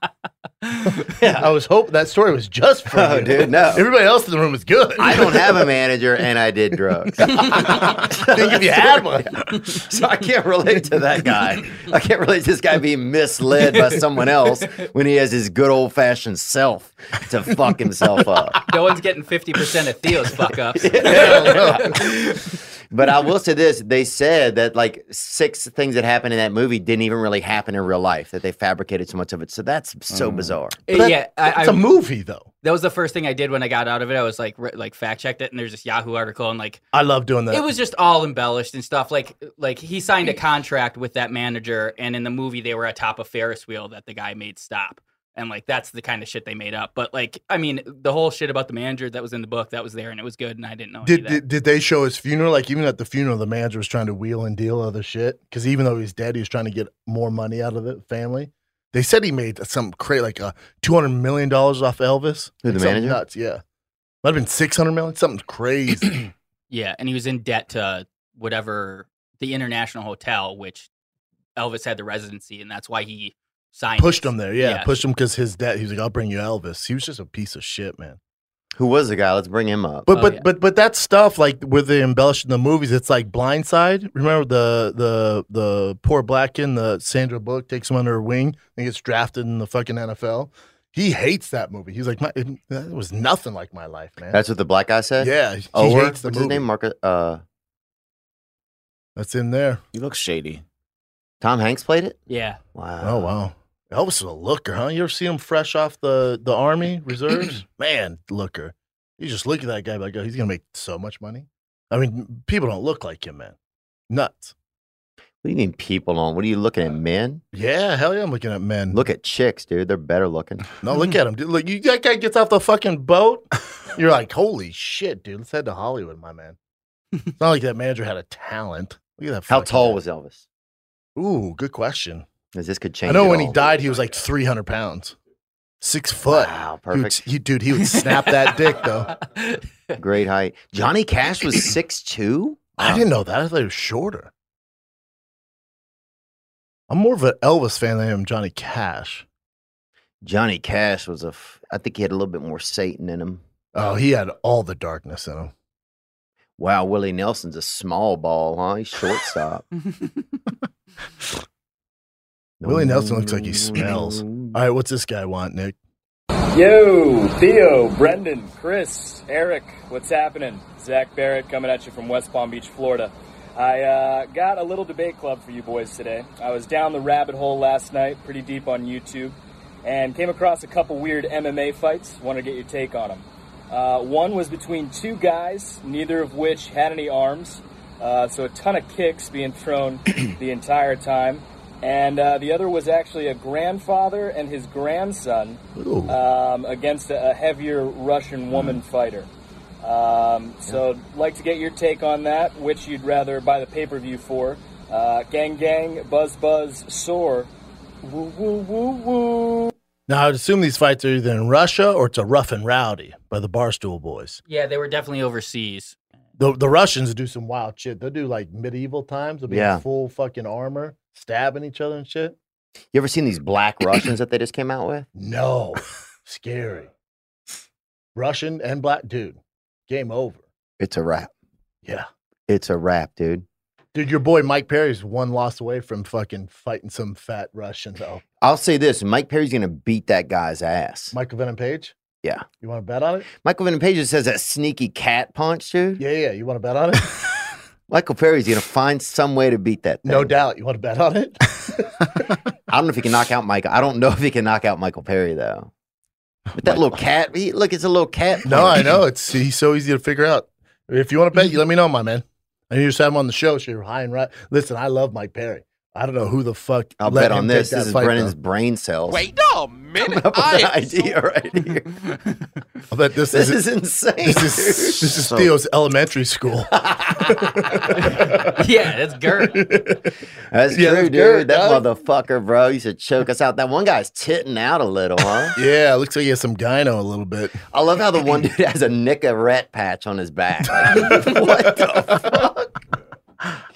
Speaker 1: I was hoping that story was just for
Speaker 3: Oh,
Speaker 1: you.
Speaker 3: dude, no.
Speaker 1: Everybody else in the room was good.
Speaker 3: I don't have a manager, and I did drugs.
Speaker 1: think if you had one.
Speaker 3: So I can't relate to that guy. I can't relate to this guy being misled by someone else when he has his good old fashioned self to fuck himself up.
Speaker 2: no one's getting fifty percent of Theo's fuck ups.
Speaker 3: But I will say this they said that like six things that happened in that movie didn't even really happen in real life, that they fabricated so much of it. So that's so bizarre.
Speaker 1: But
Speaker 2: Eh, yeah, I,
Speaker 1: it's a
Speaker 2: I-
Speaker 1: movie though.
Speaker 2: that was the first thing I did when I got out of it. I was like, re- like fact checked it, and there's this Yahoo article, and like
Speaker 1: I love doing that.
Speaker 2: it was just all embellished and stuff. Like, like he signed a contract with that manager, and in the movie they were atop a Ferris wheel that the guy made stop, and like that's the kind of shit they made up. But like, I mean, the whole shit about the manager that was in the book that was there, and it was good, and I didn't know.
Speaker 1: did,
Speaker 2: any of
Speaker 1: did did they show his funeral? Like even at the funeral, the manager was trying to wheel and deal other shit because even though he's dead, he was trying to get more money out of the family. They said he made some cra like uh, two hundred million dollars off Elvis.
Speaker 3: Who, the
Speaker 1: Something
Speaker 3: manager?
Speaker 1: Nuts, yeah. Might have been six hundred million, something crazy.
Speaker 2: that. yeah, and he was in debt to whatever the International Hotel, which Elvis had the residency, and that's why he signed.
Speaker 1: pushed
Speaker 2: this.
Speaker 1: him there, yeah,
Speaker 2: Yeah.
Speaker 1: pushed him because his dad. He was like, "I'll bring you Elvis." He was just a piece of shit, man.
Speaker 3: Who was the guy? Let's bring him up.
Speaker 1: But
Speaker 2: Oh,
Speaker 1: but
Speaker 2: yeah.
Speaker 1: but but that stuff like with the embellishing the movies, it's like Blindside. Remember the the the poor black kid, the Sandra Bullock takes him under her wing and gets drafted in the fucking NFL. He hates that movie. He's like, my, it, that was nothing like my life, man.
Speaker 3: That's what the black guy said?
Speaker 1: yeah. He
Speaker 3: Oh,
Speaker 1: hates
Speaker 3: what's
Speaker 1: the
Speaker 3: his
Speaker 1: movie.
Speaker 3: name? Marcus, uh,
Speaker 1: That's in there.
Speaker 7: He looks shady.
Speaker 3: Tom Hanks played it?
Speaker 2: Yeah,
Speaker 3: Wow.
Speaker 1: Oh wow. Elvis is a looker, huh? You ever see him fresh off the the Army Reserves? man, looker. You just look at that guy like, oh, he's gonna make so much money. I mean, people don't look like him, man. Nuts. Uh,
Speaker 3: What do you mean people on? What are you looking at? Men?
Speaker 1: Yeah, hell yeah, I'm looking at men.
Speaker 3: Look at chicks, dude. They're better looking.
Speaker 1: No, look at him. Dude. Look, you, that guy gets off the fucking boat. You're like, holy shit, dude. Let's head to Hollywood, my man. It's not like that manager had a talent. Look at that.
Speaker 3: How
Speaker 1: fucking
Speaker 3: tall
Speaker 1: guy.
Speaker 3: was Elvis?
Speaker 1: Ooh, good question.
Speaker 3: Because this could change.
Speaker 1: I know
Speaker 3: it
Speaker 1: when he
Speaker 3: all.
Speaker 1: died, he was like 300 pounds, six foot.
Speaker 3: Wow,
Speaker 1: He would-
Speaker 3: perfect.
Speaker 1: he- dude, he would snap that dick though.
Speaker 3: Great height. Johnny Cash was 6'2?
Speaker 1: I didn't know that. I thought he was shorter. I'm more of an Elvis fan than I am Johnny Cash.
Speaker 3: Johnny Cash was a. F- I think he had a little bit more Satan in him.
Speaker 1: Oh, he had all the darkness in him.
Speaker 3: Wow, Willie Nelson's a small ball, huh? He's shortstop.
Speaker 1: Willie Nelson looks like he smells. All right, what's this guy want, Nick?
Speaker 10: Yo, Theo, Brendan, Chris, Eric, what's happening? Zach Barrett coming at you from West Palm Beach, Florida. I uh, got a little debate club for you boys today. I was down the rabbit hole last night, pretty deep on YouTube, and came across a couple weird MMA fights. Wanted to get your take on them. Uh, one was between two guys, neither of which had any arms, uh, so a ton of kicks being thrown the entire time. And uh, the other was actually a grandfather and his grandson um, against a, a heavier Russian woman fighter. Um, so, I'd like to get your take on that, which you'd rather buy the pay per view for. Uh, gang, gang, buzz, buzz, soar. Woo, woo, woo, woo.
Speaker 1: Now, I'd assume these fights are either in Russia or it's a rough and rowdy by the Barstool Boys.
Speaker 2: Yeah, they were definitely overseas.
Speaker 1: The, the Russians do some wild shit. They'll do like medieval times. They'll be
Speaker 3: Yeah.
Speaker 1: in full fucking armor, stabbing each other and shit.
Speaker 3: You ever seen these black Russians that they just came out with?
Speaker 1: No, scary. Russian and black dude. Game over.
Speaker 3: It's a wrap.
Speaker 1: Yeah.
Speaker 3: It's a wrap, dude.
Speaker 1: Dude, your boy Mike Perry's one loss away from fucking fighting some fat Oh, Russian though.
Speaker 3: I'll say this: Mike Perry's going to beat that guy's ass.
Speaker 1: Michael Venom Page.
Speaker 3: Yeah.
Speaker 1: You want to bet on it?
Speaker 3: Michael Venom Page just has that sneaky cat punch, dude.
Speaker 1: Yeah, yeah. You want to bet on it?
Speaker 3: Michael Perry's going to find some way to beat that. Thing.
Speaker 1: No doubt. You want to bet on it?
Speaker 3: I don't know if he can knock out Michael. I don't know if he can knock out Michael Perry though. But that little cat, he, look, it's a little cat.
Speaker 1: no, I
Speaker 3: punch.
Speaker 1: know. It's he's so easy to figure out. If you want to bet, you let me know, my man. I need to have him on the show. So you're high and right. Listen, I love Mike Perry. I don't know who the fuck.
Speaker 3: I'll
Speaker 1: let
Speaker 3: bet
Speaker 1: him
Speaker 3: on
Speaker 1: take
Speaker 3: this.
Speaker 1: that
Speaker 3: This is
Speaker 1: fight,
Speaker 3: Brennan's
Speaker 1: though.
Speaker 3: brain cells.
Speaker 4: Wait a minute.
Speaker 3: coming up with an
Speaker 4: I am so-
Speaker 3: idea right here.
Speaker 1: I bet this,
Speaker 3: This
Speaker 1: is,
Speaker 3: is insane.
Speaker 1: this is this is Theo's elementary school.
Speaker 2: yeah, that's Gert.
Speaker 3: That's
Speaker 1: Yeah, that's
Speaker 3: true, dude.
Speaker 1: good,
Speaker 3: that
Speaker 1: dog.
Speaker 3: motherfucker, bro, used to choke us out. That one guy's titting out a little, huh?
Speaker 1: yeah, looks like he has some gyno a little bit.
Speaker 3: I love how the one dude has a Nicorette patch on his back. Like, what the fuck?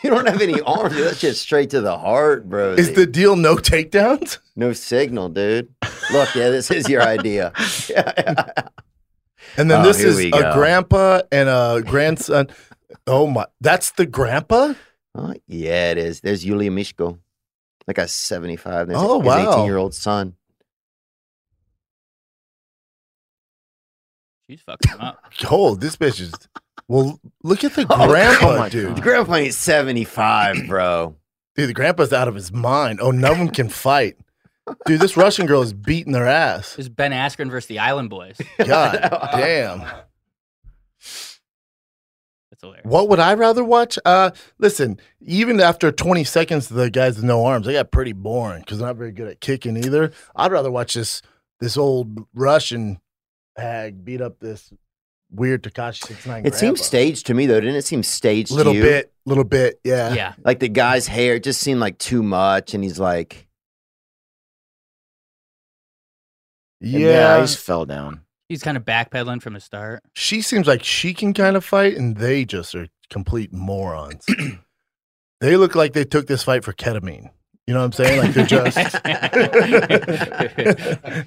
Speaker 3: You don't have any arms. dude. That shit's straight to the heart, bro.
Speaker 1: Is the deal no takedowns?
Speaker 3: no signal, dude? Look, yeah, this is your idea. Yeah, yeah.
Speaker 1: And then
Speaker 3: Oh,
Speaker 1: this
Speaker 3: here
Speaker 1: is
Speaker 3: we
Speaker 1: a
Speaker 3: go.
Speaker 1: grandpa and a grandson. oh my, that's the grandpa.
Speaker 3: Oh, yeah, it is. There's Yulia Mishko, like guy's 75. There's
Speaker 1: Oh,
Speaker 3: his
Speaker 1: wow.
Speaker 3: 18 year old son.
Speaker 2: She's fucking him up.
Speaker 1: Oh, this bitch is. Well, look at the
Speaker 3: Oh,
Speaker 1: grandpa,
Speaker 7: oh my
Speaker 1: dude.
Speaker 3: The grandpa ain't 75, bro.
Speaker 1: Dude, the grandpa's out of his mind. Oh, none of them can fight. Dude, this Russian girl is beating their ass.
Speaker 2: It's Ben Askren versus the Island Boys.
Speaker 1: God damn.
Speaker 2: That's hilarious.
Speaker 1: What would I rather watch? Uh, listen, even after 20 seconds of the guys with no arms, they got pretty boring because they're not very good at kicking either. I'd rather watch this this old Russian hag beat up this weird Takashi 69.
Speaker 3: It seemed staged to me, though. Didn't it seem staged
Speaker 1: little
Speaker 3: to you?
Speaker 1: bit, little bit, yeah.
Speaker 2: Yeah,
Speaker 3: Like the guy's hair it just seemed like too much, and he's like,
Speaker 7: And
Speaker 1: Yeah.
Speaker 7: I just fell down.
Speaker 2: he's kind of backpedaling from the start.
Speaker 1: she seems like she can kind of fight, and they just are complete morons. they look like they took this fight for ketamine. You know what I'm saying? Like they're just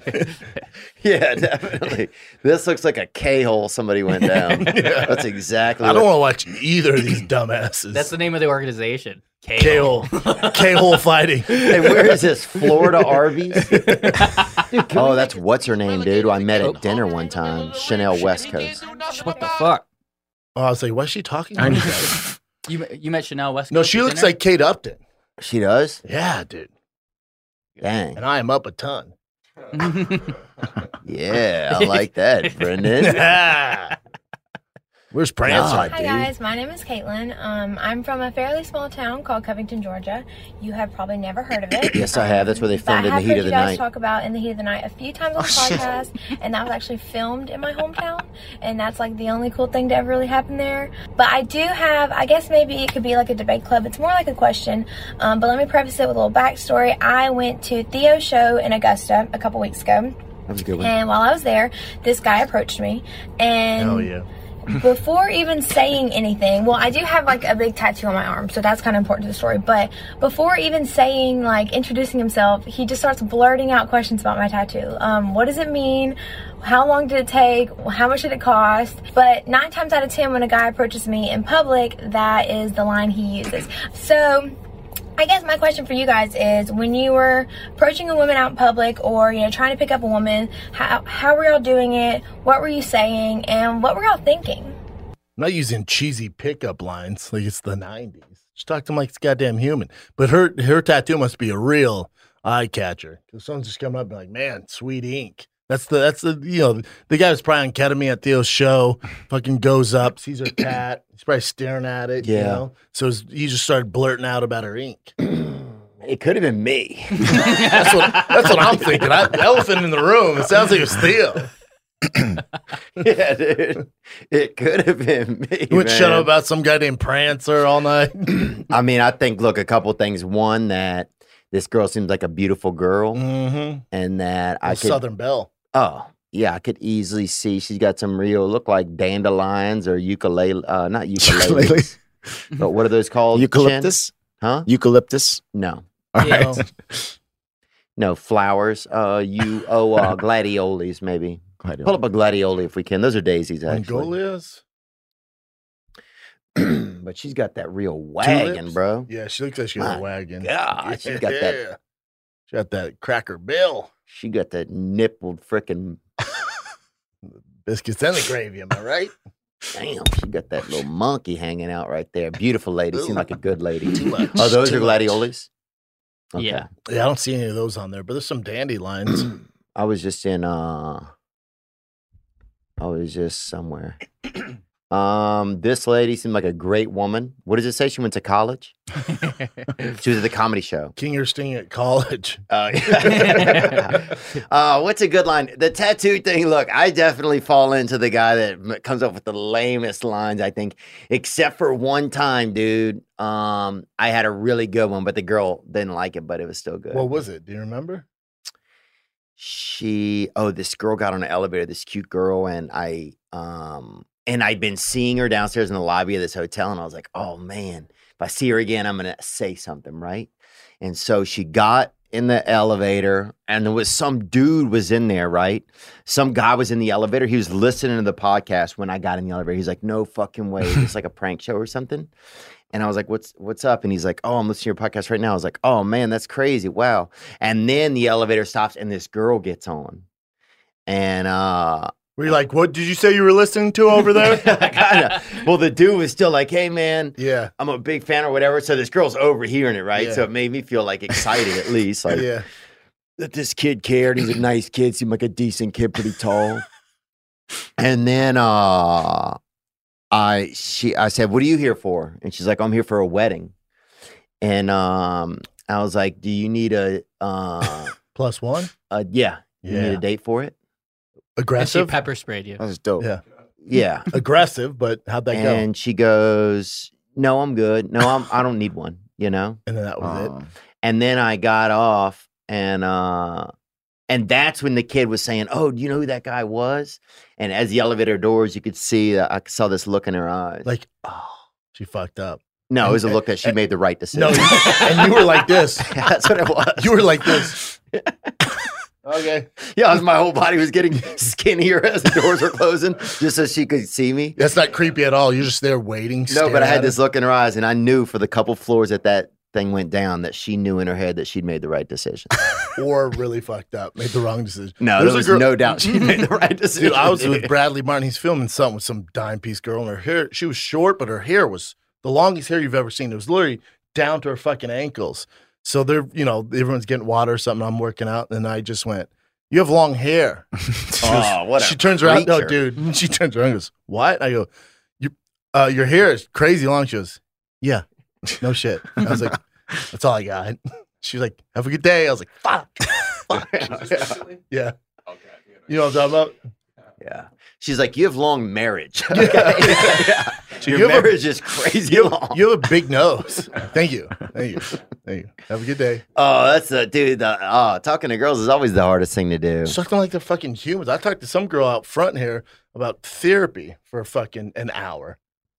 Speaker 3: "Yeah, definitely. this looks like a k hole somebody went down."
Speaker 1: Yeah.
Speaker 3: That's exactly.
Speaker 1: I
Speaker 3: what-
Speaker 1: don't want to watch either of these dumbasses.
Speaker 2: That's the name of the organization.
Speaker 1: K-hole. K-hole fighting.
Speaker 3: Hey, where is this Florida Arby's? oh, that's what's her name, dude. Who I met at dinner one time, Chanel West Coast.
Speaker 2: What the fuck?
Speaker 1: Oh, I was like, why is she talking?
Speaker 7: I
Speaker 1: like
Speaker 7: know.
Speaker 1: that?
Speaker 2: You met- you met Chanel West?
Speaker 1: no,
Speaker 2: Coast
Speaker 1: she
Speaker 2: at
Speaker 1: looks
Speaker 2: dinner?
Speaker 1: like Kate Upton.
Speaker 3: She does.
Speaker 1: Yeah, dude.
Speaker 3: Dang.
Speaker 1: And I am up a ton.
Speaker 3: Yeah, I like that, Brendan.
Speaker 1: Where's
Speaker 3: Nah,
Speaker 1: Prancer?
Speaker 11: Hi guys, my name is Caitlin. Um, I'm from a fairly small town called Covington, Georgia. You have probably never heard of it.
Speaker 3: Yes, I have. That's where they filmed
Speaker 11: But
Speaker 3: in the
Speaker 11: I have
Speaker 3: heat
Speaker 11: heard
Speaker 3: of the
Speaker 11: you guys
Speaker 3: night. Oh,
Speaker 11: talk about in the heat of the night a few times on the podcast, and that was actually filmed in my hometown, and that's like the only cool thing to ever really happen there. But I do have, I guess maybe it could be like a debate club. It's more like a question. Um, but let me preface it with a little backstory. I went to Theo's show in Augusta a couple weeks ago,
Speaker 3: That was a good one.
Speaker 11: and while I was there, this guy approached me, and
Speaker 1: Hell yeah.
Speaker 11: before even saying anything, well, I do have like a big tattoo on my arm, so that's kind of important to the story. But before even saying, like introducing himself, he just starts blurting out questions about my tattoo. Um, what does it mean? How long did it take? How much did it cost? But nine times out of ten, when a guy approaches me in public, that is the line he uses. So I guess my question for you guys is when you were approaching a woman out in public or you know trying to pick up a woman, how how were y'all doing it? What were you saying and what were y'all thinking?
Speaker 1: I'm not using cheesy pickup lines like it's the '90s. She talked to him like it's goddamn human. But her her tattoo must be a real eye catcher because someone's just coming up and like, man, sweet ink. That's the that's the you know the guy was probably on ketamine at Theo's show. Fucking goes up, sees her tat. He's probably staring at it. You
Speaker 3: Yeah.
Speaker 1: know? So it's- he just started blurting out about her ink.
Speaker 3: It could have been me.
Speaker 1: that's what that's what I'm thinking. I, elephant in the room. It sounds like it was Theo.
Speaker 3: yeah, dude. It could have been me.
Speaker 1: He would shut
Speaker 3: man.
Speaker 1: up about some guy named Prancer all night.
Speaker 3: I mean, I think look a couple things. One that this girl seems like a beautiful girl,
Speaker 1: Mm-hmm.
Speaker 3: and that I
Speaker 1: I
Speaker 3: could,
Speaker 1: Southern Belle.
Speaker 3: Oh yeah, I could easily see she's got some real look like dandelions or ukulele, uh, not ukuleles, but what are those called? Chin?
Speaker 7: Eucalyptus?
Speaker 3: huh?
Speaker 7: Eucalyptus?
Speaker 3: No.
Speaker 7: All right.
Speaker 3: No flowers. Uh, you oh uh, gladioles maybe. Pull up a gladioli if we can. Those are daisies actually.
Speaker 1: Mongolia's.
Speaker 3: But she's got that real wagon,
Speaker 1: Tulips?
Speaker 3: bro.
Speaker 1: Yeah, she looks like she got
Speaker 3: My
Speaker 1: a wagon.
Speaker 3: God, she's got that-
Speaker 1: Yeah. She got that cracker bill.
Speaker 3: She got that nippled frickin'
Speaker 1: biscuits and the gravy. Am I right?
Speaker 3: Damn, she got that little monkey hanging out right there. Beautiful lady. Seems like a good lady.
Speaker 1: Too much,
Speaker 3: Oh, those
Speaker 1: too
Speaker 3: are
Speaker 1: much.
Speaker 3: gladiolis?
Speaker 1: Yeah. Yeah, I don't see any of those on there, but there's some dandelions.
Speaker 3: I was just in uh I was just somewhere. Um, this lady seemed like a great woman. What does it say? She went to college. she was at the comedy show.
Speaker 1: King or Sting at college.
Speaker 3: Uh, uh, what's a good line? The tattoo thing. Look, I definitely fall into the guy that m- comes up with the lamest lines. I think, except for one time, dude. Um, I had a really good one, but the girl didn't like it, but it was still good.
Speaker 1: What was it? Do you remember?
Speaker 3: she oh this girl got on an elevator this cute girl and i um and i'd been seeing her downstairs in the lobby of this hotel and i was like oh man if i see her again i'm gonna say something right and so she got in the elevator and there was some dude was in there right some guy was in the elevator he was listening to the podcast when i got in the elevator he's like no fucking way it's like a prank show or something and I was like, "What's what's up?" And he's like, "Oh, I'm listening to your podcast right now." I was like, "Oh man, that's crazy! Wow!" And then the elevator stops, and this girl gets on, and uh,
Speaker 1: Were you like, what did you say you were listening to over there?
Speaker 3: kinda. Well, the dude was still like, "Hey man,
Speaker 1: yeah,
Speaker 3: I'm a big fan or whatever." So this girl's overhearing it, right?
Speaker 1: Yeah.
Speaker 3: So it made me feel like excited at least, like
Speaker 1: yeah.
Speaker 3: that this kid cared. He's a nice kid, seemed like a decent kid, pretty tall. and then uh I she I said, What are you here for? And she's like, I'm here for a wedding. And um I was like, Do you need a uh
Speaker 1: Plus one.
Speaker 3: a yeah, you need
Speaker 1: Yeah.
Speaker 3: a date for it?
Speaker 2: And she
Speaker 1: Aggressive.
Speaker 2: pepper sprayed you.
Speaker 7: That's dope.
Speaker 1: Yeah.
Speaker 3: Yeah.
Speaker 1: Aggressive, but how'd that go?
Speaker 3: and she goes, No, I'm good. No, I'm I don't need one, you know? Um,
Speaker 1: And then that was it.
Speaker 3: And then I got off and uh and that's when the kid was saying, "Oh, do you know who that guy was?" And as the elevator doors, you could see uh, I saw this look in her eyes.
Speaker 1: Like, oh, she fucked up.
Speaker 3: no, it was a
Speaker 1: and-
Speaker 3: look that she made the right decision.
Speaker 1: No, and you were like this.
Speaker 3: that's what it was.
Speaker 1: You were like this. okay.
Speaker 3: Yeah, my whole body was getting skinnier as the doors were closing, just so she could see me.
Speaker 1: That's not creepy at all. You're just there waiting.
Speaker 3: No, but I had this
Speaker 1: look.
Speaker 3: look in her eyes, and I knew for the couple floors that that thing went down that she knew in her head that she'd made the right decision.
Speaker 1: or really fucked up, made the wrong decision.
Speaker 3: No, there
Speaker 1: a
Speaker 3: was no doubt she made the right decision,
Speaker 1: Dude, I was with
Speaker 3: dude.
Speaker 1: Bradley Martin. He's filming something with some dime piece girl, and her hair, she was short, but her hair was the longest hair you've ever seen. It was literally down to her fucking ankles. So they're, you know, everyone's getting water or something. I'm working out, and I just went, You have long hair. She goes-
Speaker 3: Oh, what a
Speaker 1: She turns around, no,
Speaker 3: preacher.
Speaker 1: dude. and She turns around and goes, What? I go, you, uh, Your hair is crazy long. She goes, Yeah, no shit. I was like, That's all I got. She was like, Have a good day. I was like, Fuck. Yeah. You know what I'm talking about?
Speaker 3: Yeah. She's like, you have long marriage.
Speaker 1: Yeah.
Speaker 3: Okay. Yeah.
Speaker 1: So
Speaker 3: Your
Speaker 1: you have a-
Speaker 3: marriage is crazy
Speaker 1: You,
Speaker 3: long.
Speaker 1: you have a big nose. Thank you. Thank you. Thank you. Have a good day.
Speaker 3: oh, that's a dude. The, oh, talking to girls is always the hardest thing to do.
Speaker 1: Suck them like they're fucking humans. I talked to some girl out front here. about therapy for fucking an hour.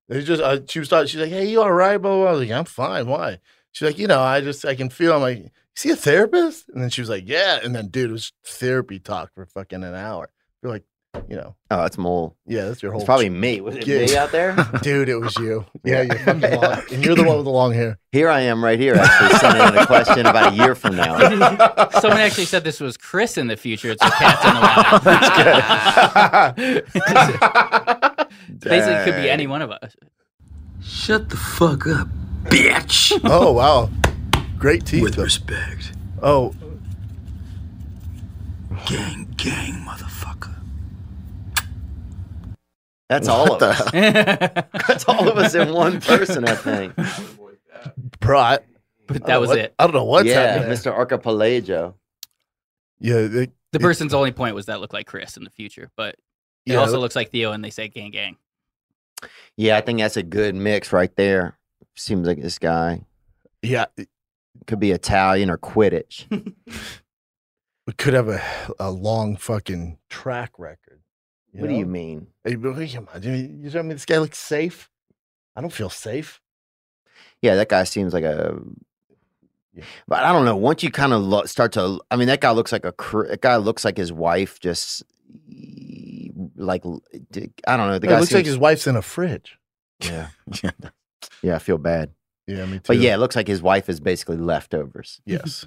Speaker 1: It's just uh, she was talking. She's like, "Hey, you all right?" Blah, blah blah. I was like, "I'm fine." Why? She's like, "You know, I just I can feel." I'm like, "You see a therapist?" And then she was like, "Yeah." And then dude, it was therapy talk for fucking an hour. You're like, you know,
Speaker 3: Oh, it's mole.
Speaker 1: yeah, that's your whole.
Speaker 3: It's probably me. Was it
Speaker 1: gig.
Speaker 3: me out there?
Speaker 1: dude? It was you. Yeah, you're fucking long, and you're the one with the long hair.
Speaker 3: Here I am, right here, actually sending in a question about a year from now.
Speaker 2: Someone actually said this was Chris in the future. It's a cat's in the wild. Basically, it could be any one of us.
Speaker 1: Shut the fuck up, bitch. Oh wow, great teeth. With respect. Oh,
Speaker 12: Gang, gang, motherfucker.
Speaker 3: That's all of us. That's all of us in one person, I think.
Speaker 1: Bro, I, But
Speaker 2: that was it.
Speaker 1: Uh, I don't know what's
Speaker 3: yeah,
Speaker 1: happening.
Speaker 3: Mr. Archipelago.
Speaker 1: Yeah, it,
Speaker 2: The person's only point was that looked like Chris in the future, but it
Speaker 3: Yeah,
Speaker 2: also
Speaker 3: that-
Speaker 2: looks like Theo, and they say gang gang.
Speaker 3: Yeah, I think that's a good mix right there. Seems like this guy.
Speaker 1: Yeah.
Speaker 3: Could be Italian or Quidditch.
Speaker 1: we could have a a long fucking track record.
Speaker 3: What do you mean?
Speaker 1: Hey, but wait, come on, dude, You tell me this guy looks safe? I don't feel safe.
Speaker 3: Yeah, that guy seems like a. But I don't know. Once you kind of lo- start to, I mean, that guy looks like a. cr- That guy looks like his wife. Just like I don't know. The
Speaker 1: No,
Speaker 3: guy
Speaker 1: it looks like
Speaker 3: seems-
Speaker 1: his wife's in a fridge.
Speaker 3: Yeah. yeah, I feel bad.
Speaker 1: Yeah, me too.
Speaker 3: But yeah, it looks like his wife is basically leftovers.
Speaker 1: Yes.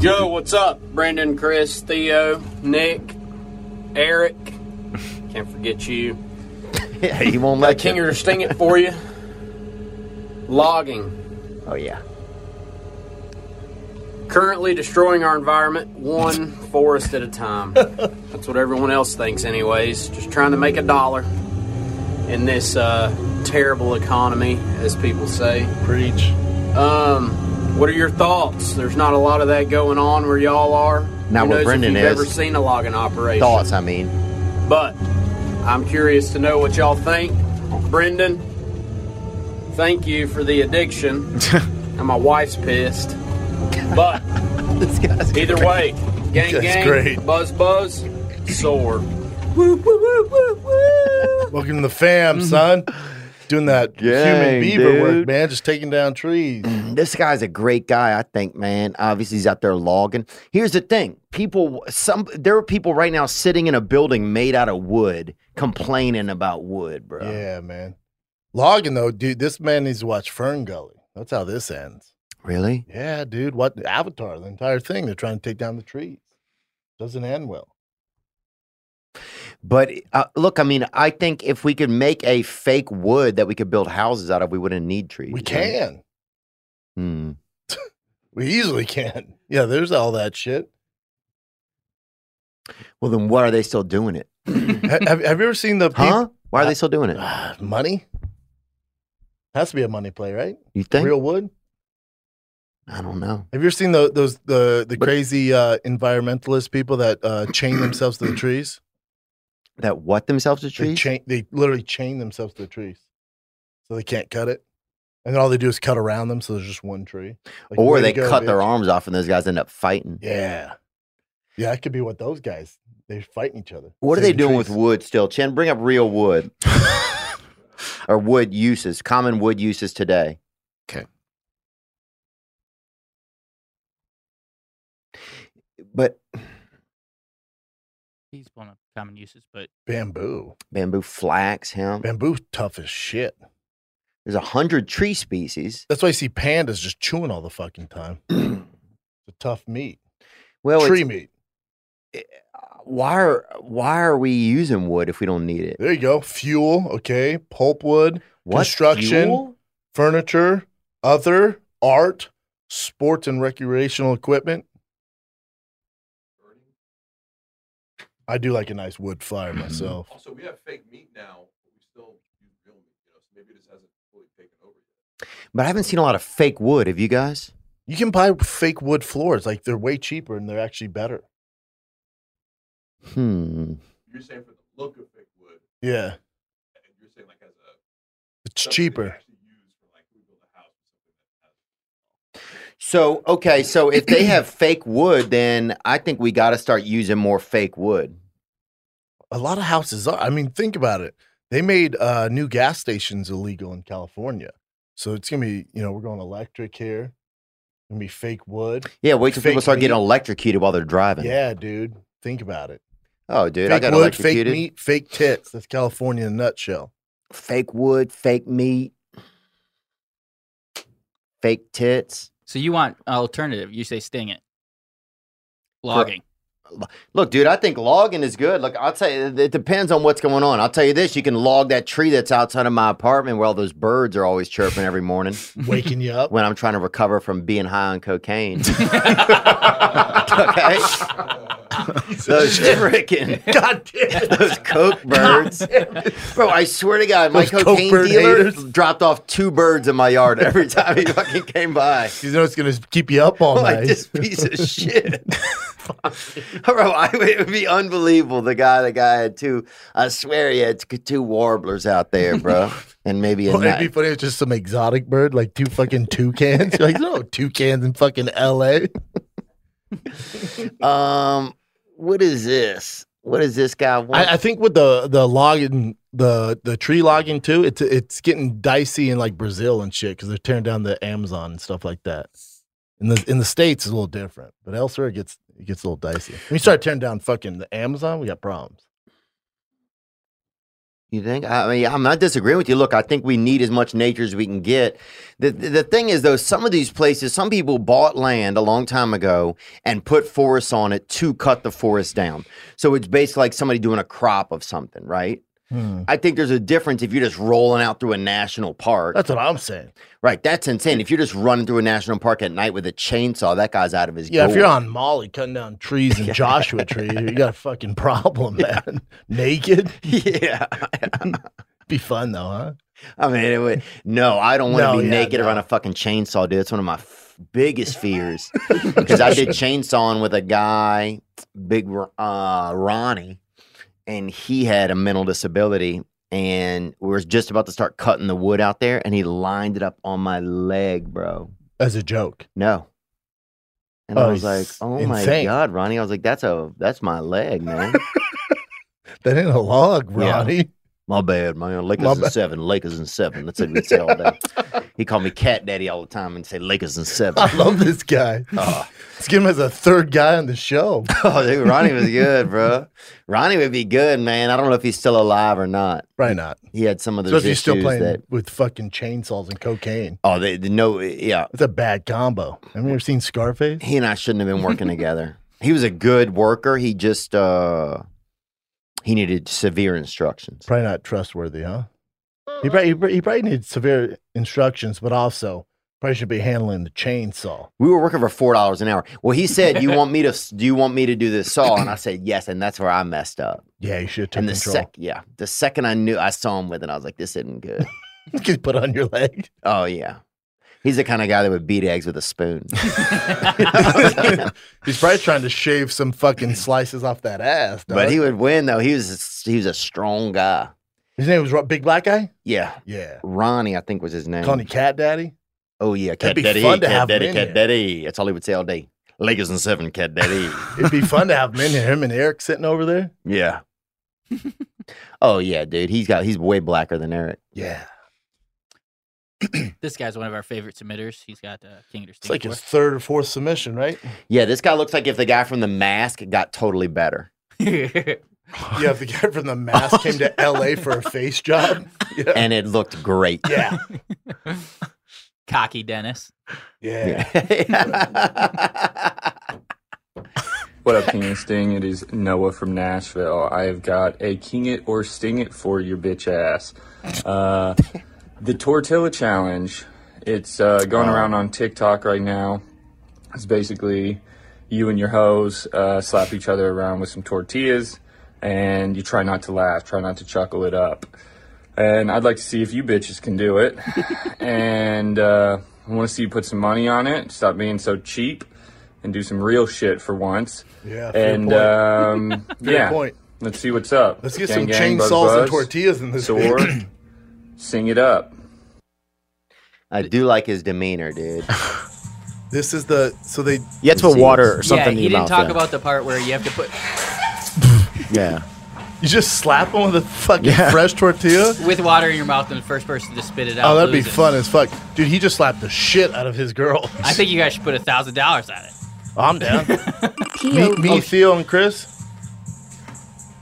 Speaker 13: Yo, what's up? Brandon, Chris, Theo, Nick, Eric. Can't forget you.
Speaker 3: yeah, he won't
Speaker 13: Got a
Speaker 3: let you.
Speaker 13: King or Sting it for you. Logging.
Speaker 3: Oh yeah.
Speaker 13: Currently destroying our environment one forest at a time. That's what everyone else thinks, anyways. Just trying to make a dollar in this uh, terrible economy, as people say.
Speaker 1: Preach.
Speaker 13: Um, what are your thoughts? There's not a lot of that going on where y'all are.
Speaker 3: Not
Speaker 13: Who
Speaker 3: where
Speaker 13: knows
Speaker 3: Brendan
Speaker 13: if you've
Speaker 3: is.
Speaker 13: ever seen a logging operation?
Speaker 3: Thoughts, I mean.
Speaker 13: But I'm curious to know what y'all think. Brendan, thank you for the addiction. and my wife's pissed. But either way, gang
Speaker 1: That's
Speaker 13: gang,
Speaker 1: great.
Speaker 13: buzz buzz, soar.
Speaker 1: Welcome to the fam, son. Doing that human
Speaker 3: Gang,
Speaker 1: beaver work,
Speaker 3: dude.
Speaker 1: man. Just taking down trees.
Speaker 3: This guy's a great guy, I think, man. Obviously, he's out there logging. Here's the thing: people, some there are people right now sitting in a building made out of wood, complaining about wood, bro.
Speaker 1: Yeah, man. Logging though, dude. This man needs to watch Fern Gully. That's how this ends.
Speaker 3: Really?
Speaker 1: Yeah, dude. What Avatar? The entire thing. They're trying to take down the trees. Doesn't end well.
Speaker 3: But uh, look, I mean, I think if we could make a fake wood that we could build houses out of, we wouldn't need trees.
Speaker 1: We can.
Speaker 3: Hmm.
Speaker 1: We easily can. Yeah, there's all that shit.
Speaker 3: Well, then, what are they still doing it?
Speaker 1: Ha- have, have you ever seen the peop-
Speaker 3: Huh? Why are they still doing it?
Speaker 1: money? Has to be a money play, right?
Speaker 3: You think?
Speaker 1: Real wood?
Speaker 3: I don't know.
Speaker 1: Have you ever seen the, those the the crazy uh, environmentalist people that uh, chain themselves to the trees?
Speaker 3: That what themselves to
Speaker 1: They
Speaker 3: trees?
Speaker 1: chain they literally chain themselves to the trees, so they can't cut it. And then all they do is cut around them, so there's just one tree. Like, way
Speaker 3: or
Speaker 1: to
Speaker 3: they
Speaker 1: go,
Speaker 3: cut their
Speaker 1: bitch.
Speaker 3: arms off, and those guys end up fighting.
Speaker 1: Yeah, yeah, that could be what those guys they're fighting each other.
Speaker 3: What are they doing with wood still? Chen, bring up real wood or wood uses, common wood uses today.
Speaker 7: Okay.
Speaker 3: But
Speaker 2: He's one of common uses, but
Speaker 1: Bamboo.
Speaker 3: bamboo, flax, hemp.
Speaker 1: Bamboo's tough as shit.
Speaker 3: There's a hundred tree species.
Speaker 1: That's why you see pandas just chewing all the fucking time. it's a tough meat.
Speaker 3: Well,
Speaker 1: tree
Speaker 3: it's-
Speaker 1: meat.
Speaker 3: Why are why are we using wood if we don't need it?
Speaker 1: There you go. Fuel. Okay. Pulpwood.
Speaker 3: What?
Speaker 1: Construction.
Speaker 3: Fuel?
Speaker 1: Furniture. Other art. Sports and recreational equipment. I do like a nice wood fire
Speaker 3: Mm-hmm.
Speaker 1: myself.
Speaker 4: Also, we have fake meat now, but we still use real meat. You know, so maybe this hasn't fully taken over.
Speaker 3: But I haven't seen a lot of fake wood. Have you guys?
Speaker 1: You can buy fake wood floors. Like they're way cheaper and they're actually better.
Speaker 3: Hmm.
Speaker 4: You're saying for the look of fake wood,
Speaker 1: Yeah.
Speaker 4: and you're saying like as a
Speaker 1: It's cheaper.
Speaker 3: So okay, so if they have fake wood, then I think we got to start using more fake wood.
Speaker 1: a lot of houses are. I mean, think about it. They made uh, new gas stations illegal in California, so it's gonna be you know we're going electric here. Gonna be fake wood.
Speaker 3: Yeah, wait till people
Speaker 1: fake
Speaker 3: start getting
Speaker 1: meat.
Speaker 3: electrocuted while they're driving.
Speaker 1: Yeah, dude. Think about it.
Speaker 3: Oh, dude, I
Speaker 1: fake
Speaker 3: got
Speaker 1: wood,
Speaker 3: electrocuted.
Speaker 1: fake meat, fake tits. That's California in a nutshell.
Speaker 3: Fake wood, fake meat, fake tits.
Speaker 2: So you want an alternative? You say sting it. Logging.
Speaker 3: Look, dude, I think logging is good. Look, I'll tell you, it depends on what's going on. I'll tell you this: you can log that tree that's outside of my apartment where all those birds are always chirping every morning.
Speaker 1: Waking you up.
Speaker 3: when I'm trying to recover from being high on cocaine. okay. Those freaking those coke birds, bro! I swear to God, my
Speaker 1: Those coke
Speaker 3: cocaine
Speaker 1: bird
Speaker 3: dealer
Speaker 1: haters.
Speaker 3: dropped off two birds in my yard every time he fucking came by.
Speaker 1: You know it's gonna keep you up all
Speaker 3: like
Speaker 1: night.
Speaker 3: this piece of shit. Bro, I, it would be unbelievable. The guy, the guy had two. I swear he had t- two warblers out there, bro, and maybe a
Speaker 1: Well, it'd
Speaker 3: nut.
Speaker 1: be funny if it's just some exotic bird, like two fucking toucans. You're like, no, toucans in fucking LA.
Speaker 3: um, what is this? What does this guy want?
Speaker 1: I, I think with the the logging, the the tree logging too, it's it's getting dicey in like Brazil and shit because they're tearing down the Amazon and stuff like that. In the in the states, it's a little different, but elsewhere it gets it gets a little dicey. When you start tearing down fucking the Amazon, we got problems.
Speaker 3: You think? I mean, I'm not disagreeing with you. Look, I think we need as much nature as we can get. The, the the thing is, though, some of these places, some people bought land a long time ago and put forests on it to cut the forest down. So it's basically like somebody doing a crop of something, right?
Speaker 1: Hmm.
Speaker 3: I think there's a difference if you're just rolling out through a national park.
Speaker 1: That's what I'm saying.
Speaker 3: Right, that's insane. If you're just running through a national park at night with a chainsaw, that guy's out of his
Speaker 1: Yeah, if you're
Speaker 3: gourd.
Speaker 1: on Molly cutting down trees and Joshua tree, you got a fucking problem, man. Naked.
Speaker 3: Yeah.
Speaker 1: Be fun though, huh?
Speaker 3: I mean, it would, no, I don't want to
Speaker 1: No,
Speaker 3: be
Speaker 1: yeah,
Speaker 3: naked around a fucking chainsaw, dude. It's one of my f- biggest fears because I did chainsawing with a guy, big Ro- uh, Ronnie, and he had a mental disability. And we were just about to start cutting the wood out there, and he lined it up on my leg, bro.
Speaker 1: As a joke.
Speaker 3: No. And I
Speaker 1: Oh,
Speaker 3: was like,
Speaker 1: he's
Speaker 3: "Oh my
Speaker 1: insane.
Speaker 3: god, Ronnie!" I was like, "That's a that's my leg, man."
Speaker 1: That ain't a log, Ronnie.
Speaker 3: My bad, man. Lakers
Speaker 1: My
Speaker 3: and
Speaker 1: bad.
Speaker 3: seven. Lakers and seven. That's what we say all day. he called me cat daddy all the time and say Lakers and seven.
Speaker 1: I love this guy. Let's get him as a third guy on the show.
Speaker 3: Ah. Oh, dude, Ronnie was good, bro. Ronnie would be good, man. I don't know if he's still alive or not.
Speaker 1: Probably not.
Speaker 3: He had some of those
Speaker 1: Especially
Speaker 3: issues
Speaker 1: still playing
Speaker 3: that.
Speaker 1: with fucking chainsaws and cocaine.
Speaker 3: Oh, they, they no, yeah.
Speaker 1: It's a bad combo. Have you ever seen Scarface?
Speaker 3: He and I shouldn't have been working together. He was a good worker. He just uh he needed severe instructions.
Speaker 1: Probably not trustworthy, huh? He probably, he probably- he probably needed severe instructions, but also probably should be handling the chainsaw.
Speaker 3: We were working for four dollars an hour. Well, he said, "You want me to? Do you want me to do this saw?" And I said, "Yes." And that's where I messed up.
Speaker 1: Yeah, you should have taken
Speaker 3: and the
Speaker 1: control.
Speaker 3: sec, yeah, the second I knew, I saw him with it. I was like, "This isn't good."
Speaker 1: You could put it on your leg.
Speaker 3: oh yeah, he's the kind of guy that would beat eggs with a spoon.
Speaker 1: He's probably trying to shave some fucking slices off that ass.
Speaker 3: but
Speaker 1: dog.
Speaker 3: he would win though. He was a s- he was a strong guy.
Speaker 1: his name was Ro- Big Black Guy.
Speaker 3: Yeah,
Speaker 1: Yeah,
Speaker 3: Ronnie, I think was his name.
Speaker 1: calling him Cat Daddy.
Speaker 3: Oh yeah, Cat
Speaker 1: be
Speaker 3: Daddy,
Speaker 1: fun to
Speaker 3: Cat
Speaker 1: have him
Speaker 3: Daddy,
Speaker 1: in
Speaker 3: Cat
Speaker 1: here.
Speaker 3: Daddy. That's all he would say all day. Lakers and seven, Cat Daddy.
Speaker 1: It'd be fun to have him in here. Him and Eric sitting over there.
Speaker 3: yeah. oh yeah, dude. He's got he's way blacker than Eric.
Speaker 1: Yeah.
Speaker 2: This guy's one of our favorite submitters. He's got uh, King of
Speaker 1: It's like his third or fourth submission, right?
Speaker 3: Yeah, this guy looks like if the guy from The Mask got totally better.
Speaker 1: Yeah, if the guy from the mask came to LA for a face job. Yeah.
Speaker 3: and it looked great.
Speaker 1: Yeah.
Speaker 2: cocky Dennis.
Speaker 1: Yeah.
Speaker 14: What up, King and Sting? It is Noah from Nashville. I've got a King It or Sting It for your bitch ass. Uh, the Tortilla Challenge. It's uh, going around on TikTok right now. It's basically you and your hoes uh, slap each other around with some tortillas, and you try not to laugh, try not to chuckle it up. And I'd like to see if you bitches can do it. and uh, I want to see you put some money on it. Stop being so cheap and do some real shit for once.
Speaker 1: Yeah, fair
Speaker 14: And
Speaker 1: point.
Speaker 14: um,
Speaker 1: Fair
Speaker 14: yeah,
Speaker 1: point.
Speaker 14: let's see what's up.
Speaker 1: Let's get
Speaker 14: Gang,
Speaker 1: some
Speaker 14: gang, buzz,
Speaker 1: chainsaws and
Speaker 14: buzz.
Speaker 1: tortillas in this.
Speaker 14: Sword.
Speaker 1: bitch.
Speaker 14: Sing it up.
Speaker 3: I do like his demeanor, dude.
Speaker 1: This is the so they
Speaker 7: You have to put water or something
Speaker 2: yeah,
Speaker 7: in
Speaker 2: he
Speaker 7: your
Speaker 2: didn't
Speaker 7: mouth,
Speaker 2: talk
Speaker 7: yeah.
Speaker 2: about the part where you have to put
Speaker 7: Yeah.
Speaker 1: You just slap him with a fucking
Speaker 7: Yeah.
Speaker 1: fresh tortilla.
Speaker 2: with water in your mouth and the first person to spit it out.
Speaker 1: Oh, that'd be
Speaker 2: loses.
Speaker 1: fun as fuck, dude. He just slapped the shit out of his girl.
Speaker 2: I think you guys should put a thousand dollars on it.
Speaker 1: I'm down. me,
Speaker 2: POV.
Speaker 1: me, Theo, and Chris.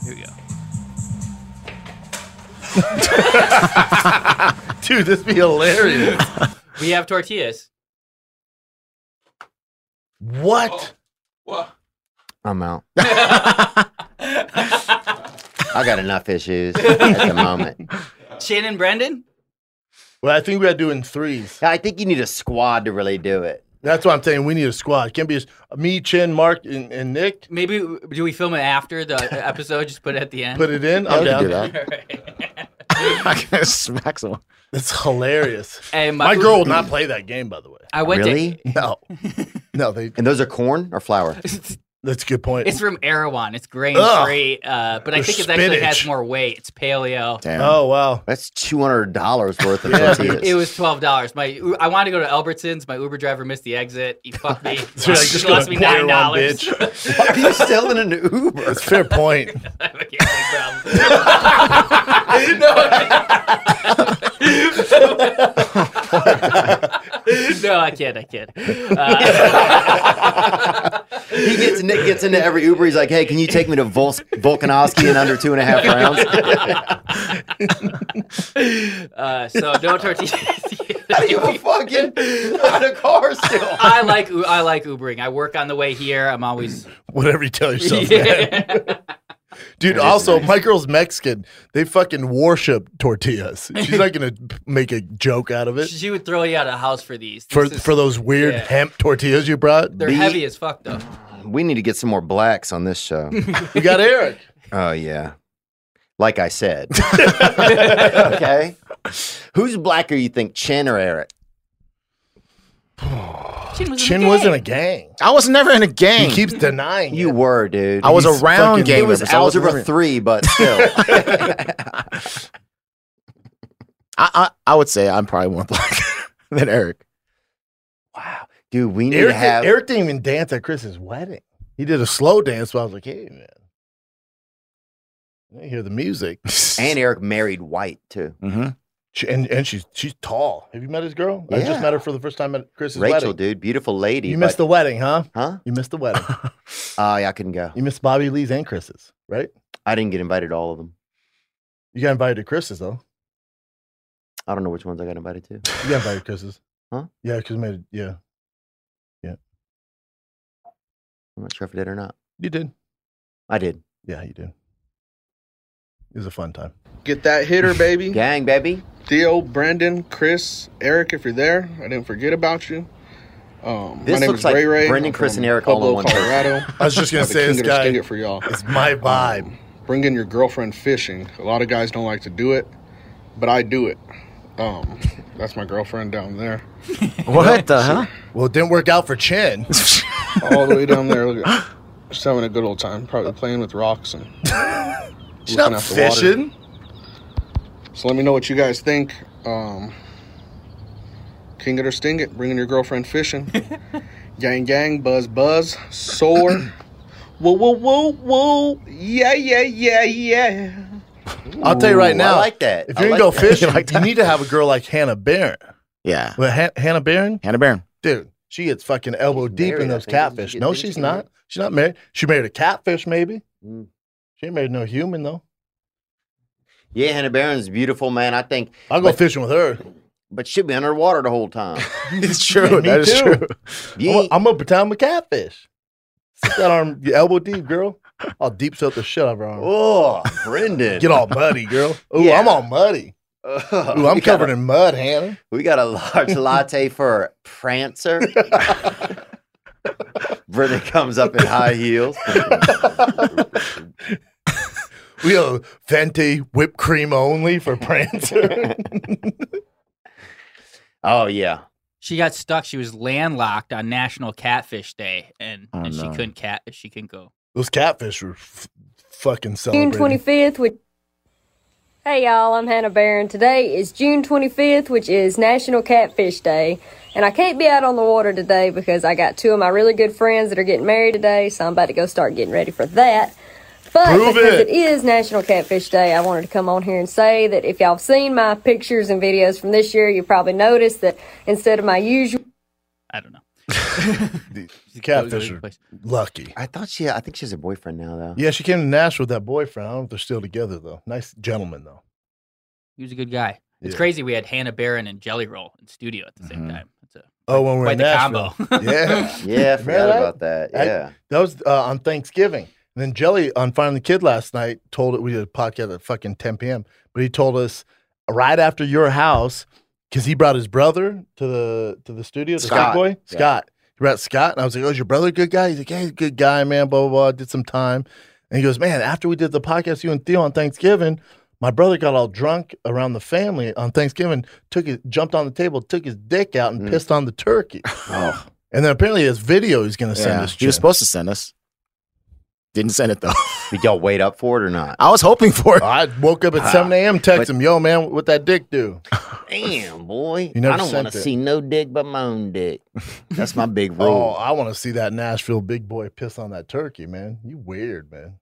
Speaker 2: Here we go.
Speaker 1: Dude, this be hilarious.
Speaker 2: We have tortillas.
Speaker 1: What?
Speaker 3: I'm out. I got enough issues at the moment.
Speaker 2: Shannon Brendan?
Speaker 1: Well, I think we gotta do it in threes.
Speaker 3: I think you need a squad to really do it.
Speaker 1: That's what I'm saying. We need a squad. Can't be just me, Chin, Mark, and, and Nick.
Speaker 2: Maybe do we film it after the episode? Just put it at the end.
Speaker 1: Put it in? I'm Yeah, we can down. do
Speaker 7: I can smack someone.
Speaker 1: That's hilarious.
Speaker 2: And
Speaker 1: my, girl will not play that game, by the way.
Speaker 2: I went
Speaker 3: really?
Speaker 1: No. No, they.
Speaker 3: And those are corn or flour?
Speaker 1: That's a good
Speaker 2: to.
Speaker 1: point.
Speaker 2: It's from Erewhon. It's grain
Speaker 1: Ugh.
Speaker 2: free, uh, but I
Speaker 1: There's
Speaker 2: think it actually has
Speaker 1: spinach.
Speaker 2: more weight. It's paleo.
Speaker 3: Damn.
Speaker 1: Oh wow.
Speaker 3: That's two hundred dollars worth of
Speaker 1: Yeah.
Speaker 3: tortillas.
Speaker 2: It was twelve dollars. My I wanted to go to Albertsons. My Uber driver missed the exit. He fucked me.
Speaker 1: So you're like, just
Speaker 2: he lost
Speaker 1: gonna
Speaker 2: me
Speaker 1: pour
Speaker 2: nine
Speaker 1: your own
Speaker 2: dollars.
Speaker 3: Why are you still in an Uber?
Speaker 1: That's a fair point.
Speaker 2: no, I can't. I can't. Uh,
Speaker 3: he gets Nick gets into every Uber. He's like, "Hey, can you take me to Vol- Volkanovski in under two and a half rounds?"
Speaker 2: uh, so no tortillas.
Speaker 3: How do you fucking ride a car still?
Speaker 2: I like U- I like Ubering. I work on the way here. I'm always
Speaker 1: Whatever you tell yourself. man.
Speaker 2: Yeah.
Speaker 1: Dude, also, my girl's Mexican. They fucking worship tortillas. She's not gonna make a joke out of it.
Speaker 2: She would throw you out of the house for these.
Speaker 1: For
Speaker 2: This is-
Speaker 1: for those weird
Speaker 2: yeah.
Speaker 1: hemp tortillas you brought.
Speaker 2: They're heavy as fuck though.
Speaker 3: We need to get some more blacks on this show.
Speaker 1: You got Eric.
Speaker 3: Oh yeah, like I said. okay, who's blacker? You think Chin or Eric?
Speaker 2: Chin was
Speaker 1: Chin was in a gang.
Speaker 7: I was never in a gang.
Speaker 1: He keeps denying.
Speaker 3: You were, dude.
Speaker 7: I was
Speaker 3: He's
Speaker 7: around
Speaker 3: fucking-
Speaker 7: gang
Speaker 3: It was
Speaker 7: members. I wasn't
Speaker 3: algebra
Speaker 7: ever-
Speaker 3: three, but still.
Speaker 7: I, I I would say I'm probably more black than Eric.
Speaker 3: Dude, we need
Speaker 1: Eric,
Speaker 3: to have
Speaker 1: Eric didn't even dance at Chris's wedding. He did a slow dance, but I was like, hey man. I didn't hear the music.
Speaker 3: and Eric married white too.
Speaker 7: Mm-hmm.
Speaker 1: She, and and she's she's tall. Have you met his girl? I
Speaker 3: Yeah.
Speaker 1: just met her for the first time at Chris's
Speaker 3: Rachel,
Speaker 1: wedding.
Speaker 3: dude, beautiful lady.
Speaker 1: You missed the wedding, huh?
Speaker 3: Huh?
Speaker 1: You missed the wedding.
Speaker 3: Oh, yeah, I couldn't go.
Speaker 1: you missed Bobby Lee's and Chris's, right?
Speaker 3: I didn't get invited to all of them.
Speaker 1: You got invited to Chris's though.
Speaker 3: I don't know which ones I got invited to.
Speaker 1: You got invited to Chris's.
Speaker 3: Huh?
Speaker 1: Yeah, because made it, yeah.
Speaker 3: I'm not sure if I did or not.
Speaker 1: You did.
Speaker 3: I did.
Speaker 1: Yeah, you did. It was a fun time.
Speaker 15: Get that hitter, baby.
Speaker 3: Gang, baby.
Speaker 15: Theo, Brandon, Chris, Eric, if you're there, I didn't forget about you. Um,
Speaker 3: This
Speaker 15: my name
Speaker 3: looks
Speaker 15: is
Speaker 3: like
Speaker 15: Ray Ray.
Speaker 3: Brendan,
Speaker 15: I'm
Speaker 3: Chris,
Speaker 15: from
Speaker 3: and Eric all
Speaker 15: Pueblo,
Speaker 3: in one person.
Speaker 15: Colorado.
Speaker 1: I was just gonna
Speaker 15: I'm the
Speaker 1: say,
Speaker 15: king
Speaker 1: this
Speaker 15: of the
Speaker 1: guy-
Speaker 15: sting it for y'all.
Speaker 1: It's my vibe.
Speaker 15: bringing your girlfriend fishing. A lot of guys don't like to do it, but I do it. Um, that's my girlfriend down there.
Speaker 1: What the hell? Well, it didn't work out for Chin.
Speaker 15: all the way down there. Look at, just having a good old time, probably playing with rocks and
Speaker 1: She's not
Speaker 15: looking at the water.
Speaker 1: fishing.
Speaker 15: So let me know what you guys think. Um, King it or sting it, bringing your girlfriend fishing. gang, gang, buzz, buzz, soar. whoa, whoa, whoa, whoa. Yeah, yeah, yeah, yeah.
Speaker 1: I'll tell you right now.
Speaker 3: that.
Speaker 1: If
Speaker 15: I
Speaker 1: you're
Speaker 15: like
Speaker 1: gonna
Speaker 15: that.
Speaker 1: go fishing, you need to have a girl like Hannah Barron.
Speaker 7: Yeah.
Speaker 1: But Han- Hannah Barron,
Speaker 7: Hannah Barron,
Speaker 1: dude, she gets fucking elbow deep
Speaker 3: married,
Speaker 1: in
Speaker 3: I
Speaker 1: those
Speaker 3: think, isn't
Speaker 1: catfish.
Speaker 3: she?
Speaker 1: No,
Speaker 3: Didn't she
Speaker 1: she's
Speaker 3: get
Speaker 1: not.
Speaker 3: married?
Speaker 1: She's not married. She married a catfish, maybe.
Speaker 3: Mm.
Speaker 1: She ain't married no human though.
Speaker 3: Yeah, Hannah Barron's beautiful, man. I think
Speaker 1: I'll go
Speaker 3: But-
Speaker 1: fishing with her.
Speaker 3: but she'll be underwater the whole time.
Speaker 7: it's true.
Speaker 1: Me
Speaker 7: that is
Speaker 1: too.
Speaker 7: true.
Speaker 1: I'm gonna- I'm gonna pretend I'm a catfish. Sit that arm, your elbow deep, girl. I'll deep soak the shit out of her arm.
Speaker 3: Oh, Brendan.
Speaker 1: Get all muddy, girl. Ooh,
Speaker 3: Yeah.
Speaker 1: I'm all muddy.
Speaker 3: Ugh,
Speaker 1: Ooh, I'm
Speaker 3: we got
Speaker 1: covered
Speaker 3: a-
Speaker 1: in mud, Hannah.
Speaker 3: We got a large latte for Prancer. Brendan comes up in high heels.
Speaker 1: We have Fenty whipped cream only for Prancer.
Speaker 3: Oh yeah.
Speaker 2: She got stuck. She was landlocked on National Catfish Day, and,
Speaker 1: Oh,
Speaker 2: and she
Speaker 1: no.
Speaker 2: couldn't cat. She couldn't go.
Speaker 1: Those catfish were f- fucking
Speaker 16: June
Speaker 1: celebrating.
Speaker 16: twenty fifth, which Hey y'all, I'm Hannah Barron. Today is June 25th, which is National Catfish Day. And I can't be out on the water today because I got two of my really good friends that are getting married today, so I'm about to go start getting ready for that. But
Speaker 17: Prove
Speaker 16: because it
Speaker 17: it.
Speaker 16: is National Catfish Day, I wanted to come on here and say that if y'all have seen my pictures and videos from this year, you probably noticed that instead of my usual
Speaker 1: The catfish are lucky.
Speaker 3: I thought she. I think she has a boyfriend now, though.
Speaker 1: Yeah, she came to Nashville with that boyfriend. I don't know if they're still together though. Nice gentleman though.
Speaker 2: He was a good guy. It's
Speaker 1: Yeah.
Speaker 2: crazy we had Hannah Barron and Jelly Roll in studio at the same time. It's a
Speaker 1: Oh, when we we're in
Speaker 2: Quite the
Speaker 1: Nashville.
Speaker 2: combo.
Speaker 1: Yeah,
Speaker 2: Yeah, I forgot
Speaker 1: Remember
Speaker 2: about that.
Speaker 1: I-
Speaker 2: Yeah.
Speaker 1: that was uh, on Thanksgiving. And then Jelly on Finding the Kid last night told it. We did a podcast at fucking 10 p.m. But he told us right after your house because he brought his brother to the to the studio. The
Speaker 3: Scott.
Speaker 1: Scott boy,
Speaker 3: Yeah.
Speaker 1: Scott. He brought Scott, and I was like, "Oh, is your brother a good guy?" He's like, "Yeah, he's a good guy, man." Blah blah blah. Did some time, and he goes, "Man, after we did the podcast, you and Theo on Thanksgiving." My brother got all drunk around the family on Thanksgiving, took his, jumped on the table, took his dick out,
Speaker 7: Mm.
Speaker 1: and pissed on the turkey. And then apparently his video he's going to Oh, send
Speaker 7: Yeah,
Speaker 1: us.
Speaker 7: he was
Speaker 1: Jim.
Speaker 7: supposed to send us. Didn't send it though.
Speaker 3: Did y'all wait up for it or not?
Speaker 7: I was hoping for it.
Speaker 1: I woke up at 7 a.m. Text him, yo, man, what that dick do?
Speaker 3: Damn, boy.
Speaker 1: You never
Speaker 3: I don't
Speaker 1: sent
Speaker 3: want to
Speaker 1: it.
Speaker 3: see no dick but my own dick. That's my big
Speaker 1: Oh,
Speaker 3: rule.
Speaker 1: I want to see that Nashville big boy piss on that turkey, man. You weird, man.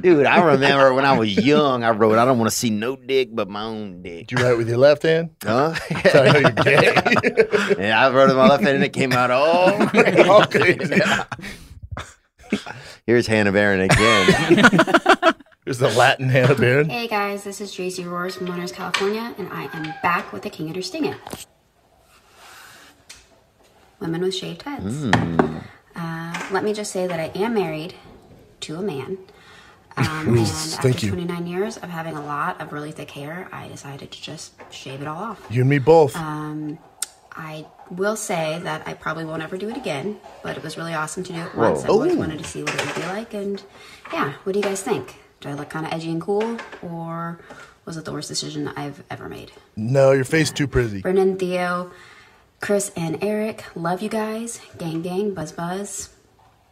Speaker 3: Dude, I remember when I was young, I wrote, I don't want to see no dick but my own dick.
Speaker 1: Did you write with your left hand?
Speaker 3: Huh?
Speaker 1: Sorry, no, you're gay.
Speaker 3: yeah, I wrote it with my left hand and it came out all crazy. Yeah. Here's Hannah Barron again.
Speaker 1: Here's the Latin Hannah Barron.
Speaker 18: Hey guys, this is JC Roars from Moners, California, and I am back with the King of Her Sting It. Women with shaved heads.
Speaker 1: Mm.
Speaker 17: Hmm.
Speaker 18: Uh, let me just say that I am married to a man. Um,
Speaker 1: Ooh,
Speaker 18: and
Speaker 1: thank
Speaker 18: after
Speaker 1: you.
Speaker 18: 29 years of having a lot of really thick hair, I decided to just shave it all off.
Speaker 1: You and me both.
Speaker 18: Um, I will say that I probably won't ever do it again, but it was really awesome to do it
Speaker 1: Whoa.
Speaker 18: once. I always
Speaker 1: Ooh.
Speaker 18: wanted to see what it would be like, and yeah, what do you guys think? Do I look kind of edgy and cool, or was it the worst decision I've ever made?
Speaker 1: No, your face too pretty.
Speaker 18: Brennan, Theo, Chris, and Eric, love you guys. Gang, gang, buzz, buzz.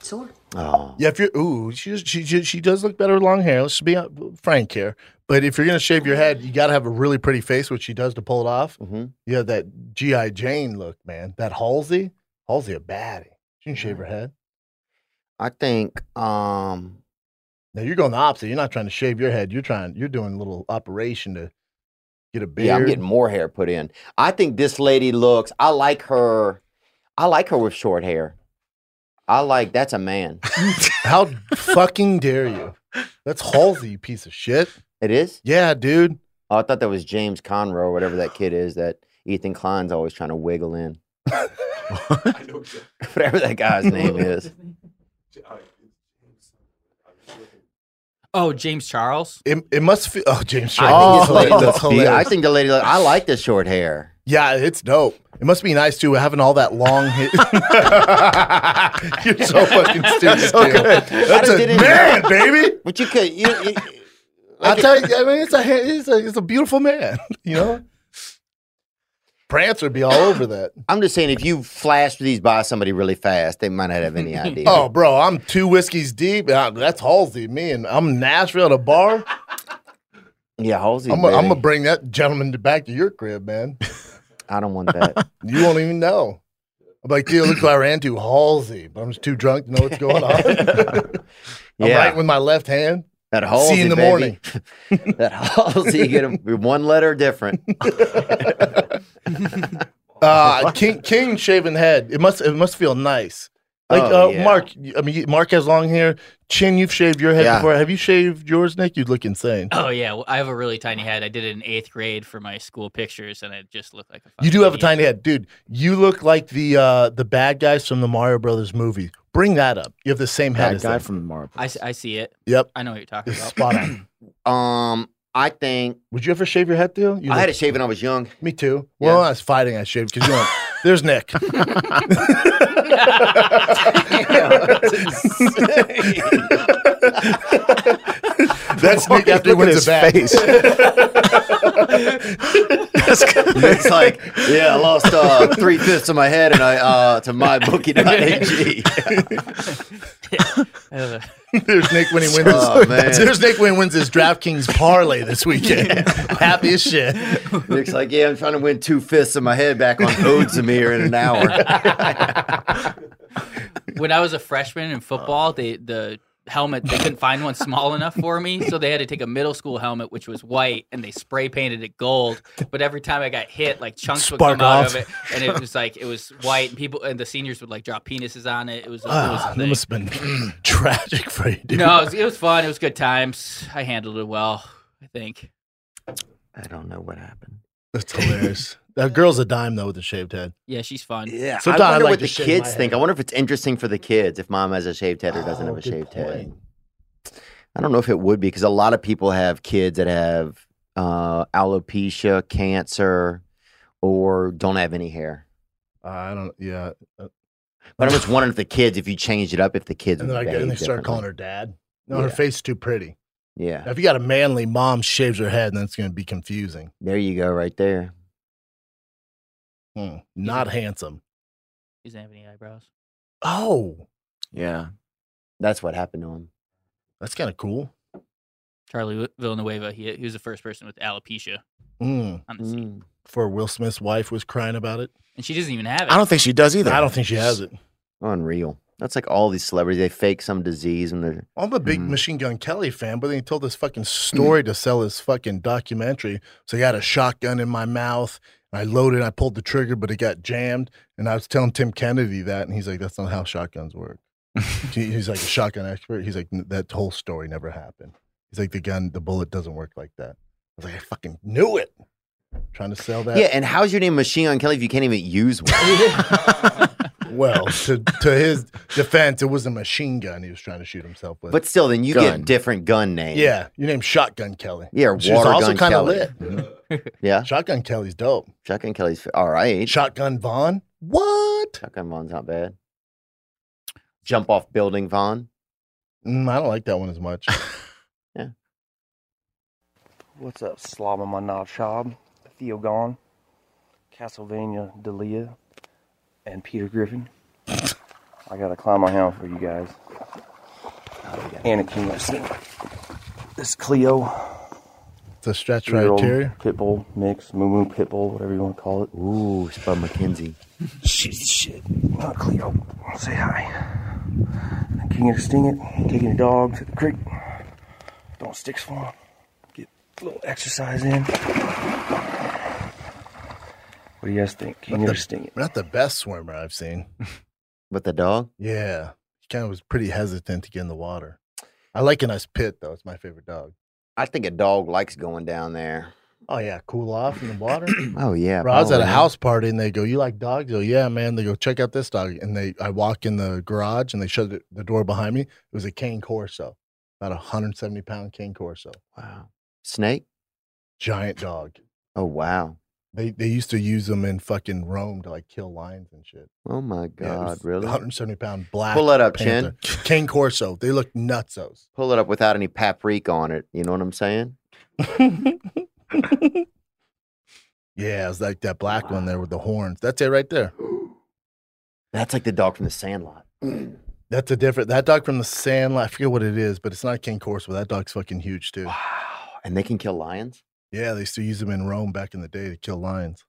Speaker 18: Sore.
Speaker 3: Oh.
Speaker 1: Yeah, if you're ooh, she does- she she, she does look better with long hair. Let's be uh, frank here. But if you're gonna shave your head, you gotta have a really pretty face, which she does to pull it off.
Speaker 3: Mm-hmm.
Speaker 1: You have that GI Jane look, man. That Halsey, Halsey a baddie. She can shave her head.
Speaker 3: I think. um
Speaker 1: Now you're going the opposite. You're not trying to shave your head. You're trying. You're doing a little operation to get a beard.
Speaker 3: Yeah, I'm getting more hair put in. I think this lady looks. I like her. I like her with short hair. I like that's a man.
Speaker 1: How fucking dare you? That's Halsey, you piece of shit.
Speaker 3: It is.
Speaker 1: Yeah, dude.
Speaker 3: Oh, I thought that was James Conroe or whatever that kid is that Ethan Klein's always trying to wiggle in. whatever that guy's name is.
Speaker 2: Oh, James Charles.
Speaker 1: It, it must feel. Oh, James
Speaker 3: I
Speaker 1: Charles.
Speaker 3: think, this lady
Speaker 1: Oh,
Speaker 3: looks
Speaker 1: that's
Speaker 3: beautiful. I
Speaker 1: hilarious.
Speaker 3: think the lady. Look, I like the short hair.
Speaker 1: Yeah, it's dope. It must be nice too having all that long. Hit- You're so fucking stupid.
Speaker 3: That's so
Speaker 1: dude.
Speaker 3: good. I
Speaker 1: That's
Speaker 3: just
Speaker 1: a
Speaker 3: didn't-
Speaker 1: man, baby.
Speaker 3: But you could. You,
Speaker 1: I tell you, I mean, it's a ha- it's a, it's a beautiful man. You know, Prancer would be all over that.
Speaker 3: I'm just saying, if you flash these by somebody really fast, they might not have any idea.
Speaker 1: Oh, bro, I'm two whiskeys deep. and I, that's Halsey. Me and I'm in Nashville at a bar.
Speaker 3: yeah, Halsey.
Speaker 1: I'm gonna I'm
Speaker 3: baby.
Speaker 1: gonna bring that gentleman to- back to your crib, man.
Speaker 3: I don't want that.
Speaker 1: You won't even know. I'm like, dude, look who I ran to, Halsey. But I'm just too drunk to know what's going on. I'm
Speaker 3: Yeah.
Speaker 1: writing with my left hand.
Speaker 3: That Halsey,
Speaker 1: See you in the
Speaker 3: baby.
Speaker 1: morning.
Speaker 3: that Halsey, you get a, one letter different.
Speaker 1: Uh, King King shaven head. It must it must feel nice. Like uh,
Speaker 7: Oh, yeah.
Speaker 1: Mark, you- I mean Mark has long hair. Chin, you've shaved your head
Speaker 2: Yeah.
Speaker 1: before. Have you shaved yours, Nick? You'd look insane.
Speaker 2: Oh yeah, well, I have a really tiny head. I did it in eighth grade for my school pictures, and it just looked like a.
Speaker 1: You do have a tiny head, dude. You look like the uh, the bad guys from the Mario Brothers movie. Bring that up. You have the same head
Speaker 7: Bad
Speaker 1: as
Speaker 7: guy
Speaker 1: them.
Speaker 7: from the Mario.
Speaker 2: I, s- I see it.
Speaker 1: Yep.
Speaker 2: I know what you're talking about.
Speaker 1: Spot on.
Speaker 3: um, I think.
Speaker 1: Would you ever shave your head, Theo? You
Speaker 3: I had it
Speaker 1: look-
Speaker 3: shaved when I was young.
Speaker 1: Me too. Well, when I was fighting, I shaved because you know, there's Nick. That's Nick after he wins a bat.
Speaker 3: it's like, yeah, I lost uh, three fifths of my head, and I uh, to mybookie.ag.
Speaker 1: There's Nick when he wins.
Speaker 3: Oh,
Speaker 1: his,
Speaker 3: man.
Speaker 1: There's Nick when he wins his DraftKings parlay this weekend. Happy as shit.
Speaker 3: Nick's like, yeah, I'm trying to win two fifths of my head back on Odzamir in an hour.
Speaker 2: when I was a
Speaker 3: Oh.
Speaker 2: freshman in football, they the helmet they couldn't find one small enough for me, so they had to take a middle school helmet which was white and they spray painted it gold. But every time I got hit, like chunks
Speaker 1: Spark
Speaker 2: would come out
Speaker 1: off.
Speaker 2: of it, and it was like it was white, and people and the seniors would like draw penises on it. It was, it was
Speaker 1: Ah, that must have been tragic for you, dude.
Speaker 2: no, it was, it was fun. It was good times. I handled it well, I think.
Speaker 3: I don't know what happened.
Speaker 1: That's hilarious. That girl's a dime though with the shaved head.
Speaker 2: Yeah, she's fun.
Speaker 3: Yeah,
Speaker 1: Sometimes
Speaker 3: I
Speaker 1: I
Speaker 3: wonder
Speaker 1: like
Speaker 3: what
Speaker 1: to
Speaker 3: the
Speaker 1: shave
Speaker 3: kids
Speaker 1: my
Speaker 3: think. I wonder if it's interesting for the kids if mom has a shaved head or doesn't
Speaker 1: Oh,
Speaker 3: have a shaved head. I don't know if it would be because a lot of people have kids that have uh, alopecia, cancer, or don't have any hair.
Speaker 1: I don't. Yeah. uh,
Speaker 3: But I'm just wondering if the kids, if you changed it up, if the kids
Speaker 1: And then
Speaker 3: would
Speaker 1: I get,
Speaker 3: behave
Speaker 1: and they start calling her
Speaker 3: differently.
Speaker 1: dad. No, her
Speaker 3: Yeah.
Speaker 1: face too pretty.
Speaker 3: Yeah,
Speaker 1: Now, if you got a manly mom shaves her head, then it's going to be confusing.
Speaker 3: there you go, right there.
Speaker 1: Hmm, Not handsome.
Speaker 2: He doesn't have any eyebrows.
Speaker 1: Oh,
Speaker 3: Yeah, that's what happened to him.
Speaker 1: that's kind of cool.
Speaker 2: Charlie Wi- Villanueva, he, he was the first person with alopecia,
Speaker 1: Mm.
Speaker 2: On the scene.
Speaker 1: For Will Smith's wife was crying about it.
Speaker 2: and she doesn't even have it.
Speaker 1: she does either. I don't think she has it.
Speaker 3: Unreal. That's like all these celebrities. They fake some disease and they're
Speaker 1: I'm a big Machine Gun Kelly fan, but then he told this fucking
Speaker 3: Mm-hmm.
Speaker 1: story to sell his fucking documentary. So I got a shotgun in my mouth. And I loaded, I pulled the trigger, but it got jammed. And I was telling Tim Kennedy that, and he's like, that's not how shotguns work. He- he's like a shotgun expert. He's like, "N- that whole story never happened. He's like, the gun, the bullet doesn't work like that. I was like, I fucking knew it. Trying to sell that.
Speaker 3: yeah. And how's your name Machine Gun Kelly if you can't even use one?
Speaker 1: well, to, to his defense, it was a machine gun he was trying to shoot himself with.
Speaker 3: But still, then you
Speaker 1: Gun.
Speaker 3: get different gun names.
Speaker 1: Yeah, your name's Shotgun Kelly.
Speaker 3: Yeah, or
Speaker 1: She's
Speaker 3: Water
Speaker 1: also
Speaker 3: Gun
Speaker 1: kind of
Speaker 3: Kelly. Mm-hmm.
Speaker 1: lit.
Speaker 3: Yeah.
Speaker 1: Shotgun Kelly's dope.
Speaker 3: Shotgun Kelly's all right.
Speaker 1: Shotgun Vaughn. What?
Speaker 3: Shotgun Vaughn's not bad. Jump off building Vaughn.
Speaker 1: Mm, I don't like that one as much.
Speaker 17: What's up, slob on my knob shop? Theo Gone, Castlevania Dalia, and Peter Griffin. I gotta climb my helm for you guys. Anakin, listen. This is Cleo.
Speaker 1: It's a stretch right
Speaker 17: Three-year-old
Speaker 1: here.
Speaker 17: Pitbull mix, Moo Moo Pitbull, whatever you want to call it.
Speaker 3: Ooh, it's by McKenzie.
Speaker 17: Shit, shit. Not Cleo. Say hi. King of the Sting It, taking your dog to the creek. Don't sticks for him. Get a little exercise in. What do you guys think? King
Speaker 1: Not
Speaker 17: of
Speaker 1: the-
Speaker 17: the Sting It.
Speaker 1: Not the best swimmer I've seen.
Speaker 3: With the dog?
Speaker 1: Yeah, he kind of was pretty hesitant to get in the water. I like a nice pit though. It's my favorite dog.
Speaker 3: I think a dog likes going down there.
Speaker 1: Oh yeah, cool off in the water.
Speaker 3: Oh yeah.
Speaker 1: Bro, I was at a
Speaker 3: probably.
Speaker 1: house party and they go, "You like dogs?" I go, "Yeah, man." They go, "Check out this dog." And they, I walk in the garage and they shut the- the door behind me. It was a Cane Corso, about a 170 pound Cane Corso.
Speaker 3: Wow, Snake?
Speaker 1: giant dog.
Speaker 3: Oh wow.
Speaker 1: They they used to use them in fucking Rome to like kill lions and shit.
Speaker 3: Oh my
Speaker 1: Yeah, it
Speaker 3: god,
Speaker 1: was
Speaker 3: really?
Speaker 1: 170 pound black.
Speaker 3: Pull that up,
Speaker 1: panther. Cane Corso. They look nutsos.
Speaker 3: Pull it up without any paprika on it. You know what I'm saying?
Speaker 1: Yeah, it was like that black one there with the horns. That's it right there.
Speaker 3: That's like the dog from the Sandlot.
Speaker 1: That's a different. That dog from the Sandlot. I forget what it is, but it's not Cane Corso. That dog's fucking huge too.
Speaker 3: And they can kill lions.
Speaker 1: Yeah, they used to use them in Rome back in the day to kill lions.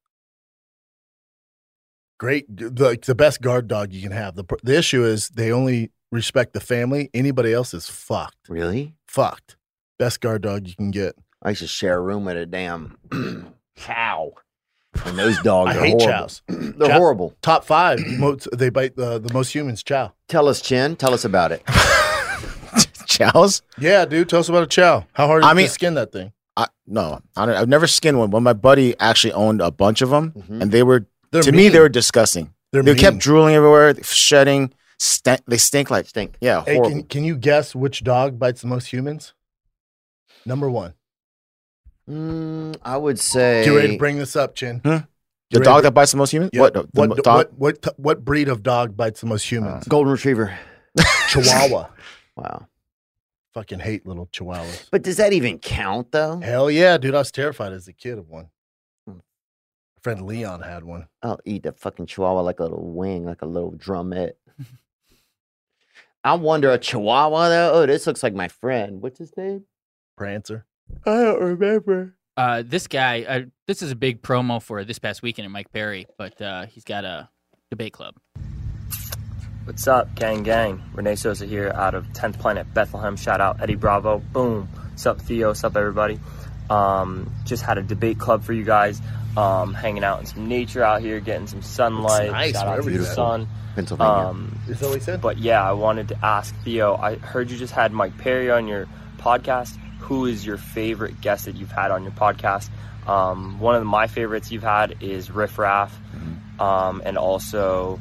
Speaker 1: Great, g- the- like the best guard dog you can have. The pr- the issue is they only respect the family. Anybody else is fucked.
Speaker 3: Really?
Speaker 1: Fucked. Best guard dog you can get.
Speaker 3: I used to share a room with a damn cow. And those dogs
Speaker 1: I
Speaker 3: are
Speaker 1: hate
Speaker 3: horrible.
Speaker 1: chows.
Speaker 3: They're
Speaker 1: Chow-
Speaker 3: horrible.
Speaker 1: Top five. Most, they bite the, the most humans. Chow.
Speaker 3: Tell us, Chen. Tell us about it.
Speaker 7: Chows?
Speaker 1: Yeah, dude. Tell us about a chow. Oh, How hard is
Speaker 7: I
Speaker 1: it
Speaker 7: mean-
Speaker 1: to skin that thing?
Speaker 7: I, no, I don't, I've never skinned one, but my buddy actually owned a bunch of them, and they were
Speaker 1: Mm-hmm. They're
Speaker 7: to me they
Speaker 1: mean.
Speaker 7: were disgusting.
Speaker 1: They're
Speaker 7: they
Speaker 1: mean.
Speaker 7: kept drooling everywhere, shedding, stank. They stink like
Speaker 3: stink.
Speaker 7: Yeah,
Speaker 1: Hey,
Speaker 7: horrible.
Speaker 1: can, can you guess which dog bites the most humans? Number one.
Speaker 3: Mm, I would say.
Speaker 1: Get ready to bring this up, Chin.
Speaker 7: Hmm?
Speaker 1: You
Speaker 7: The
Speaker 1: ready
Speaker 7: dog
Speaker 1: to-
Speaker 7: that bites the most humans?
Speaker 1: Yeah,
Speaker 7: What? The, the
Speaker 1: what,
Speaker 7: mo-
Speaker 1: what,
Speaker 7: dog?
Speaker 1: what, what, breed of dog bites the most humans?
Speaker 3: Golden Retriever.
Speaker 1: Chihuahua.
Speaker 3: Wow.
Speaker 1: Fucking hate little chihuahuas.
Speaker 3: But does that even count though?
Speaker 1: Hell yeah, dude. I was terrified as a kid of one.
Speaker 3: Hmm.
Speaker 1: My friend Leon had one.
Speaker 3: I'll eat the fucking chihuahua like a little wing, like a little drumette. I wonder a chihuahua though. Oh, this looks like my friend. What's his name?
Speaker 1: Prancer.
Speaker 3: I don't remember.
Speaker 2: Uh, this guy, uh, this is a big promo for this past weekend at Mike Perry, but uh, he's got a debate club.
Speaker 19: What's up, gang gang? Renee Sosa here out of 10th Planet Bethlehem. Shout out Eddie Bravo. Boom. Sup, Theo. Sup, everybody. Um, just had a debate club for you guys. Um, hanging out in some nature out here, getting some sunlight.
Speaker 1: nice
Speaker 19: Shout out to the
Speaker 1: wherever you're
Speaker 19: sun.
Speaker 1: at. Pennsylvania.
Speaker 19: Is that But yeah, I wanted to ask Theo. I heard you just had Mike Perry on your podcast. Who is your favorite guest that you've had on your podcast? Um, one of my favorites you've had is Riff Raff,
Speaker 1: Mm-hmm.
Speaker 19: um, and also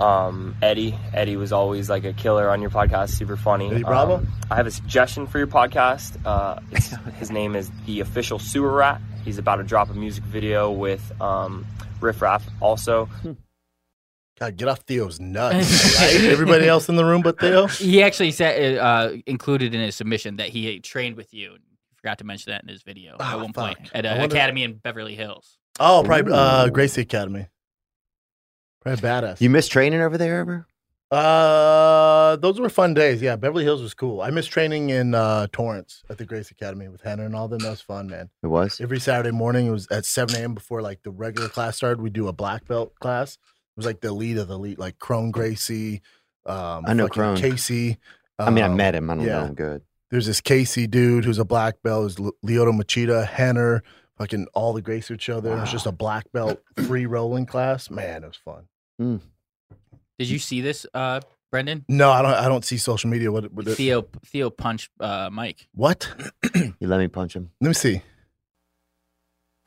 Speaker 19: um, Eddie. Eddie was always like a killer on your podcast, super funny.
Speaker 1: Eddie Bravo?
Speaker 19: Um, I have a suggestion for your podcast. Uh, it's, his name is the official Sewer Rat. He's about to drop a music video with um, Riff Raff. Also,
Speaker 1: Hmm. God, get off Theo's nuts. Uh, right? Everybody else in the room but Theo?
Speaker 2: He actually said uh, included in his submission that he had trained with you. Forgot to mention that in his video at one point at
Speaker 1: Ah, I
Speaker 2: an
Speaker 1: wonder-
Speaker 2: academy in Beverly Hills.
Speaker 1: Oh, probably uh, Gracie Academy. Probably badass.
Speaker 3: You miss training over there ever?
Speaker 1: Uh, those were fun days. Yeah, Beverly Hills was cool. I missed training in uh, Torrance at the Grace Academy with Hannah and all them. That was fun, man.
Speaker 3: It was.
Speaker 1: Every Saturday morning, it was at 7 a.m. before like the regular class started. We do a black belt class. It was like the elite of the elite, like Crone Gracie. Um,
Speaker 3: I know
Speaker 1: fucking
Speaker 3: Crone.
Speaker 1: Casey.
Speaker 3: I mean, I
Speaker 1: um,
Speaker 3: met him. I don't
Speaker 1: yeah.
Speaker 3: know him good.
Speaker 1: There's this Casey dude who's a black belt. Is Leoto Machida, Henner, fucking all the Gracie show there. It was just a black belt free rolling class. Man, it was fun.
Speaker 2: Did you see this, uh, Brendan?
Speaker 1: No, I don't. I don't see social media. What? what
Speaker 2: Theo Theo punched uh, Mike.
Speaker 1: What?
Speaker 3: you let me punch him.
Speaker 1: Let me see.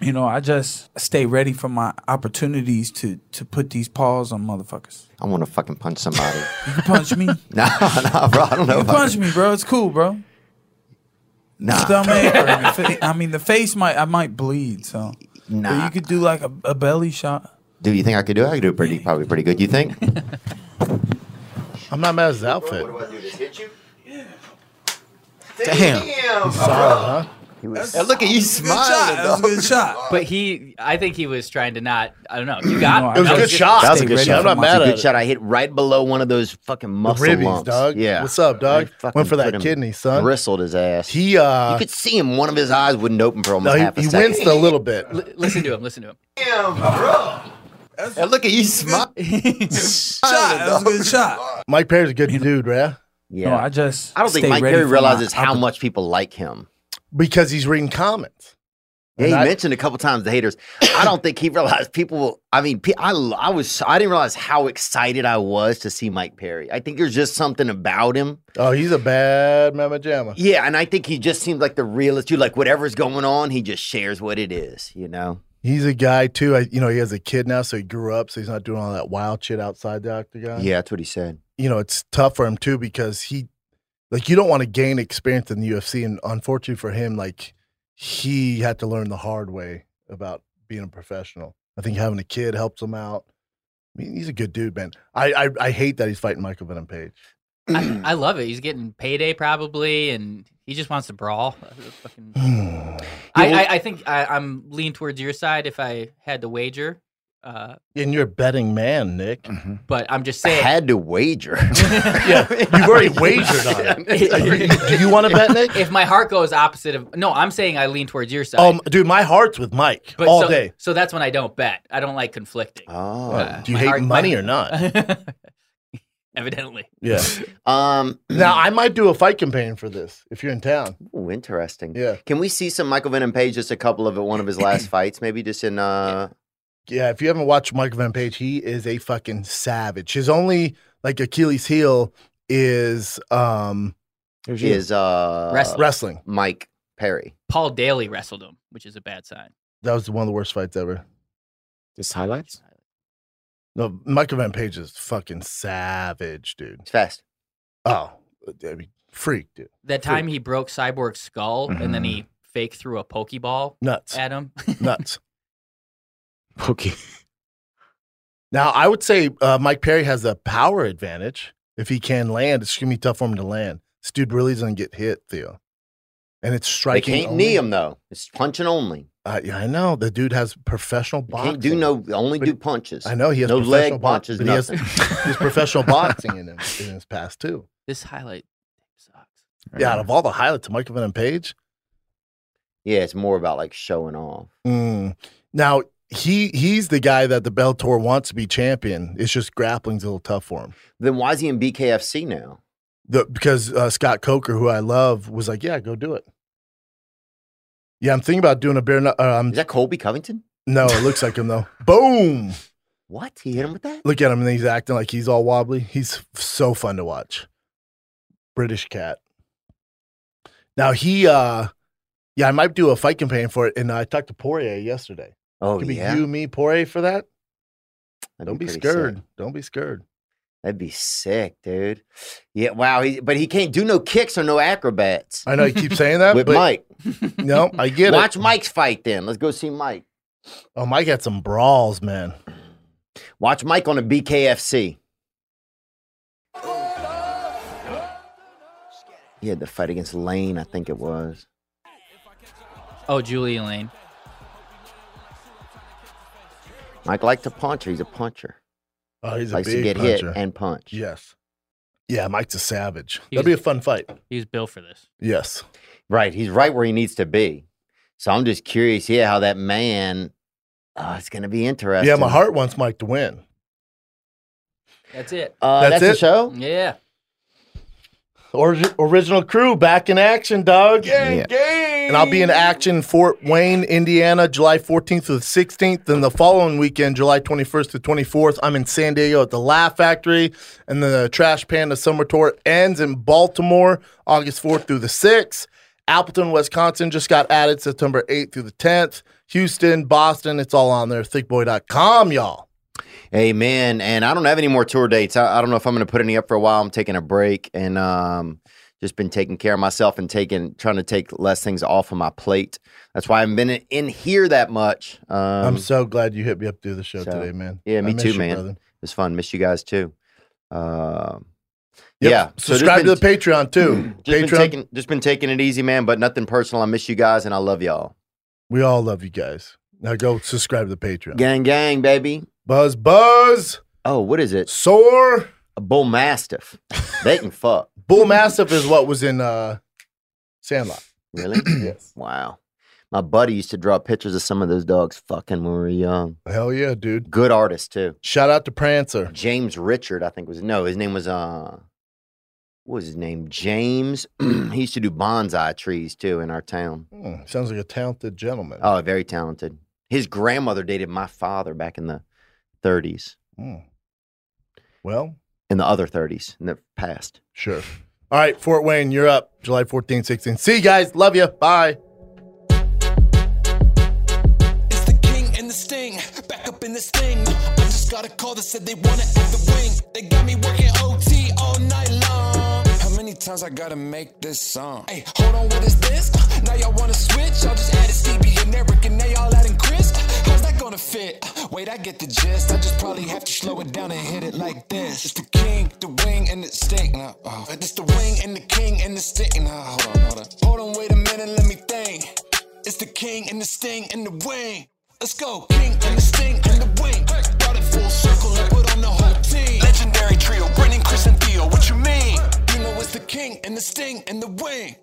Speaker 12: You know, I just stay ready for my opportunities to to put these paws on motherfuckers.
Speaker 3: I want to fucking punch somebody.
Speaker 12: You can punch me.
Speaker 3: no, no, bro. I don't know.
Speaker 12: You
Speaker 3: if I-
Speaker 12: punch me, bro. It's cool, bro.
Speaker 3: Nah.
Speaker 12: Stomach or in the fa- I mean, the face might I might bleed. So, but
Speaker 3: Nah.
Speaker 12: you could do like a, a belly shot.
Speaker 3: Do you think I could do it? I could do it pretty, probably pretty good. You think?
Speaker 1: I'm not mad at his outfit.
Speaker 3: Damn.
Speaker 1: He's solid, huh?
Speaker 3: Hey, look at you smiling.
Speaker 12: That was a good shot.
Speaker 2: But he, I think he was trying to not. I don't know. You got
Speaker 1: It was a good shot.
Speaker 3: That was a good
Speaker 1: Ready
Speaker 3: shot.
Speaker 1: for my-
Speaker 3: It's a good
Speaker 1: it.
Speaker 3: shot. I hit right below one of those fucking muscle
Speaker 1: ribbies,
Speaker 3: lumps.
Speaker 1: dog.
Speaker 3: Yeah.
Speaker 1: What's up, dog?
Speaker 3: I fucking
Speaker 1: Went for that
Speaker 3: put him-
Speaker 1: kidney, son.
Speaker 3: Bristled his ass.
Speaker 1: He. uh
Speaker 3: You could see him. One of his eyes wouldn't open for almost
Speaker 1: No, he-
Speaker 3: half a
Speaker 1: he
Speaker 3: second.
Speaker 1: winced a little bit.
Speaker 2: L- listen to him. Listen to him.
Speaker 3: Hey, look at you smiling.
Speaker 12: shot. That was a good shot.
Speaker 1: Mike Perry's a good dude, right?
Speaker 3: Yeah.
Speaker 12: No, I just
Speaker 3: I don't think
Speaker 12: stay
Speaker 3: Mike
Speaker 12: ready
Speaker 3: Perry
Speaker 12: for my
Speaker 3: realizes how much people like him.
Speaker 1: Because he's reading comments.
Speaker 3: Yeah,
Speaker 1: And
Speaker 3: he
Speaker 1: I-
Speaker 3: mentioned a couple times the haters. I don't think he realized people. Will, I mean, pe- I I was I didn't realize how excited I was to see Mike Perry. I think there's just something about him.
Speaker 1: Oh, he's a bad mama jamma.
Speaker 3: Yeah, and I think he just seems like the realest dude. Like whatever's going on, he just shares what it is. You know.
Speaker 1: He's a guy too. I, you know, he has a kid now, so he grew up, so he's not doing all that wild shit outside the octagon.
Speaker 3: Yeah, that's what he said.
Speaker 1: you know, it's tough for him too because he, like, you don't want to gain experience in the UFC, and unfortunately for him, like, he had to learn the hard way about being a professional. I think having a kid helps him out. I mean, he's a good dude, man. I I, I hate that he's fighting Michael Venom Page.
Speaker 2: I, I love it. He's getting payday probably, and he just wants to brawl. Fucking- I, I, I think I, I'm lean towards your side if I had to wager. Uh,
Speaker 1: And you're a betting man, Nick.
Speaker 2: but I'm just saying.
Speaker 3: Had to wager.
Speaker 1: yeah, you've already wagered on it. Do you want to bet, Nick?
Speaker 2: If my heart goes opposite of no, I'm saying I lean towards your side.
Speaker 1: Um, dude, my heart's with Mike all
Speaker 2: so,
Speaker 1: day.
Speaker 2: So that's when I don't bet. I don't like conflicting.
Speaker 3: Oh,
Speaker 1: Uh, do you hate money or not?
Speaker 2: Evidently.
Speaker 1: Yeah.
Speaker 3: Um.
Speaker 1: Now I might do a fight campaign for this if you're in town.
Speaker 3: Ooh, interesting.
Speaker 1: Yeah.
Speaker 3: Can we see some Michael Venom Page? Just a couple of one of his last fights, maybe just in uh.
Speaker 1: Yeah, if you haven't watched Michael Van Page, he is a fucking savage. His only like Achilles heel is um
Speaker 3: Is uh
Speaker 1: Wrestling. Wrestling.
Speaker 3: Mike Perry.
Speaker 2: Paul Daly wrestled him, which is a bad sign.
Speaker 1: that was one of the worst fights ever.
Speaker 7: Just highlights.
Speaker 1: No, Michael Van Page is fucking savage, dude.
Speaker 3: It's fast.
Speaker 1: Oh, I mean, freak, dude.
Speaker 2: That time he broke Cyborg's skull and then he fake threw a pokeball
Speaker 1: Nuts.
Speaker 2: at him.
Speaker 1: nuts.
Speaker 7: Okay.
Speaker 1: Now I would say uh, Mike Perry has a power advantage if he can land. It's gonna be tough for him to land. This dude really doesn't get hit, Theo. And it's
Speaker 3: They
Speaker 1: striking.
Speaker 3: can't
Speaker 1: only.
Speaker 3: knee him though. It's punching only.
Speaker 1: Uh, yeah, I know. The dude has professional boxing.
Speaker 3: Can't do no. Only do punches.
Speaker 1: I know he has
Speaker 3: no
Speaker 1: professional
Speaker 3: leg
Speaker 1: bo-
Speaker 3: punches.
Speaker 1: but he has-
Speaker 3: nothing.
Speaker 1: he has professional boxing in him in his past too.
Speaker 2: This highlight sucks.
Speaker 1: Yeah, out of all the highlights of Michael Venom Page,
Speaker 3: yeah, it's more about like showing off.
Speaker 1: Mm. Now he he's the guy that the Bellator wants to be champion. It's just grappling's a little tough for him.
Speaker 3: Then why is he in BKFC now?
Speaker 1: The, because uh, Scott Coker, who I love, was like, "Yeah, go do it." Yeah, I'm thinking about doing a bare. knuck- Uh, um, Is
Speaker 3: that Colby Covington?
Speaker 1: No, it looks like him though. Boom!
Speaker 3: What he hit him with that?
Speaker 1: Look at him, and he's acting like he's all wobbly. He's so fun to watch. British cat. Now he, uh yeah, I might do a fight campaign for it. And I talked to Poirier yesterday.
Speaker 3: Oh,
Speaker 1: Could
Speaker 3: yeah?
Speaker 1: be you, me, Poirier for that.
Speaker 3: That'd
Speaker 1: Don't be
Speaker 3: pretty
Speaker 1: scared.
Speaker 3: sick.
Speaker 1: Don't be scared.
Speaker 3: That'd be sick, dude. Yeah, wow. He, but he can't do no kicks or no acrobats.
Speaker 1: I know you keep saying that
Speaker 3: with
Speaker 1: but
Speaker 3: Mike.
Speaker 1: No, I get
Speaker 3: Watch
Speaker 1: it.
Speaker 3: Mike's fight then. Let's go see Mike.
Speaker 1: Oh, Mike had some brawls, man.
Speaker 3: Watch Mike on a BKFC. He had the fight against Lane, I think it was.
Speaker 2: Oh, Julie Lane.
Speaker 3: Mike liked to punch. He's a puncher.
Speaker 1: Oh, he's a
Speaker 3: likes to
Speaker 1: big
Speaker 3: get
Speaker 1: puncher.
Speaker 3: hit and punch.
Speaker 1: Yes. Yeah, Mike's a savage.
Speaker 3: He
Speaker 1: That'd be a fun fight.
Speaker 2: He's built for this.
Speaker 1: Yes.
Speaker 3: Right. He's right where he needs to be. So I'm just curious, yeah, how that man. Oh, it's going to be interesting.
Speaker 1: Yeah, my heart wants Mike to win.
Speaker 2: That's it.
Speaker 3: Uh, that's, the show.
Speaker 2: Yeah.
Speaker 1: Or, original crew back in action, dog.
Speaker 3: Gang,
Speaker 1: gang. And I'll be in action Fort Wayne, Indiana, July 14th to the 16th. And the following weekend, July 21st to 24th, I'm in San Diego at the Laugh Factory. And the Trash Panda Summer Tour ends in Baltimore, August 4th through the 6th. Appleton, Wisconsin just got added September 8th through the 10th. Houston, Boston, it's all on there. Thickboy.com, y'all.
Speaker 3: Amen. And I don't have any more tour dates. I, I don't know if I'm going to put any up for a while. I'm taking a break and um, just been taking care of myself and taking trying to take less things off of my plate. That's why I haven't been in, in here that much. Um,
Speaker 1: I'm so glad you hit me up through the show
Speaker 3: so-
Speaker 1: today, man.
Speaker 3: Yeah,
Speaker 1: I
Speaker 3: me
Speaker 1: miss
Speaker 3: too,
Speaker 1: you,
Speaker 3: man.
Speaker 1: brother.
Speaker 3: It was fun. Miss you guys too. Um,
Speaker 1: Yep.
Speaker 3: Yeah. so just
Speaker 1: Subscribe
Speaker 3: been-
Speaker 1: to the Patreon, too.
Speaker 3: Just
Speaker 1: Patreon.
Speaker 3: been taking just been taking it easy, man. But nothing personal. I miss you guys and I love y'all.
Speaker 1: We all love you guys. Now go subscribe to the Patreon.
Speaker 3: Gang, gang, baby.
Speaker 1: Buzz, buzz.
Speaker 3: Oh, what is it?
Speaker 1: Soar.
Speaker 3: A bull mastiff. they can fuck.
Speaker 1: Bull Mastiff is what was in uh, Sandlot.
Speaker 3: Really? yes. Wow. My buddy used to draw pictures of some of those dogs fucking when we were young.
Speaker 1: Hell yeah, dude.
Speaker 3: Good artist too.
Speaker 1: Shout out to Prancer.
Speaker 3: James Richard, I think was no, his name was uh what was his name? James. he used to do bonsai trees too in our town.
Speaker 1: Hmm, sounds like a talented gentleman.
Speaker 3: Oh, very talented. His grandmother dated my father back in the 30s,
Speaker 1: Hmm. Well,
Speaker 3: in the other 30s, in the past.
Speaker 1: Sure. all right, Fort Wayne, you're up July 14, 16. See you guys. Love you. Bye.
Speaker 20: king and the sting. Back up in this thing. I just got a call that said they wanna add the wing. They got me working OT all night long. How many times I gotta make this song? Hey, hold on, what is this? Now y'all wanna switch? Y'all just added Stevie and Eric, and now y'all adding Chris. How's that gonna fit? Wait, I get the gist. I just probably have to slow it down and hit it like this. It's the king, the wing, and the sting. Nah, oh. It's the wing and the king and the sting. Nah, hold on, hold on. Hold on, wait a minute, let me think. It's the king and the sting and the wing. Let's go, king and the sting and the wing. Brought it full circle and put on the whole team. Legendary trio, Brennan, Chris, and Theo. What you mean? You know it's the king and the sting and the wing.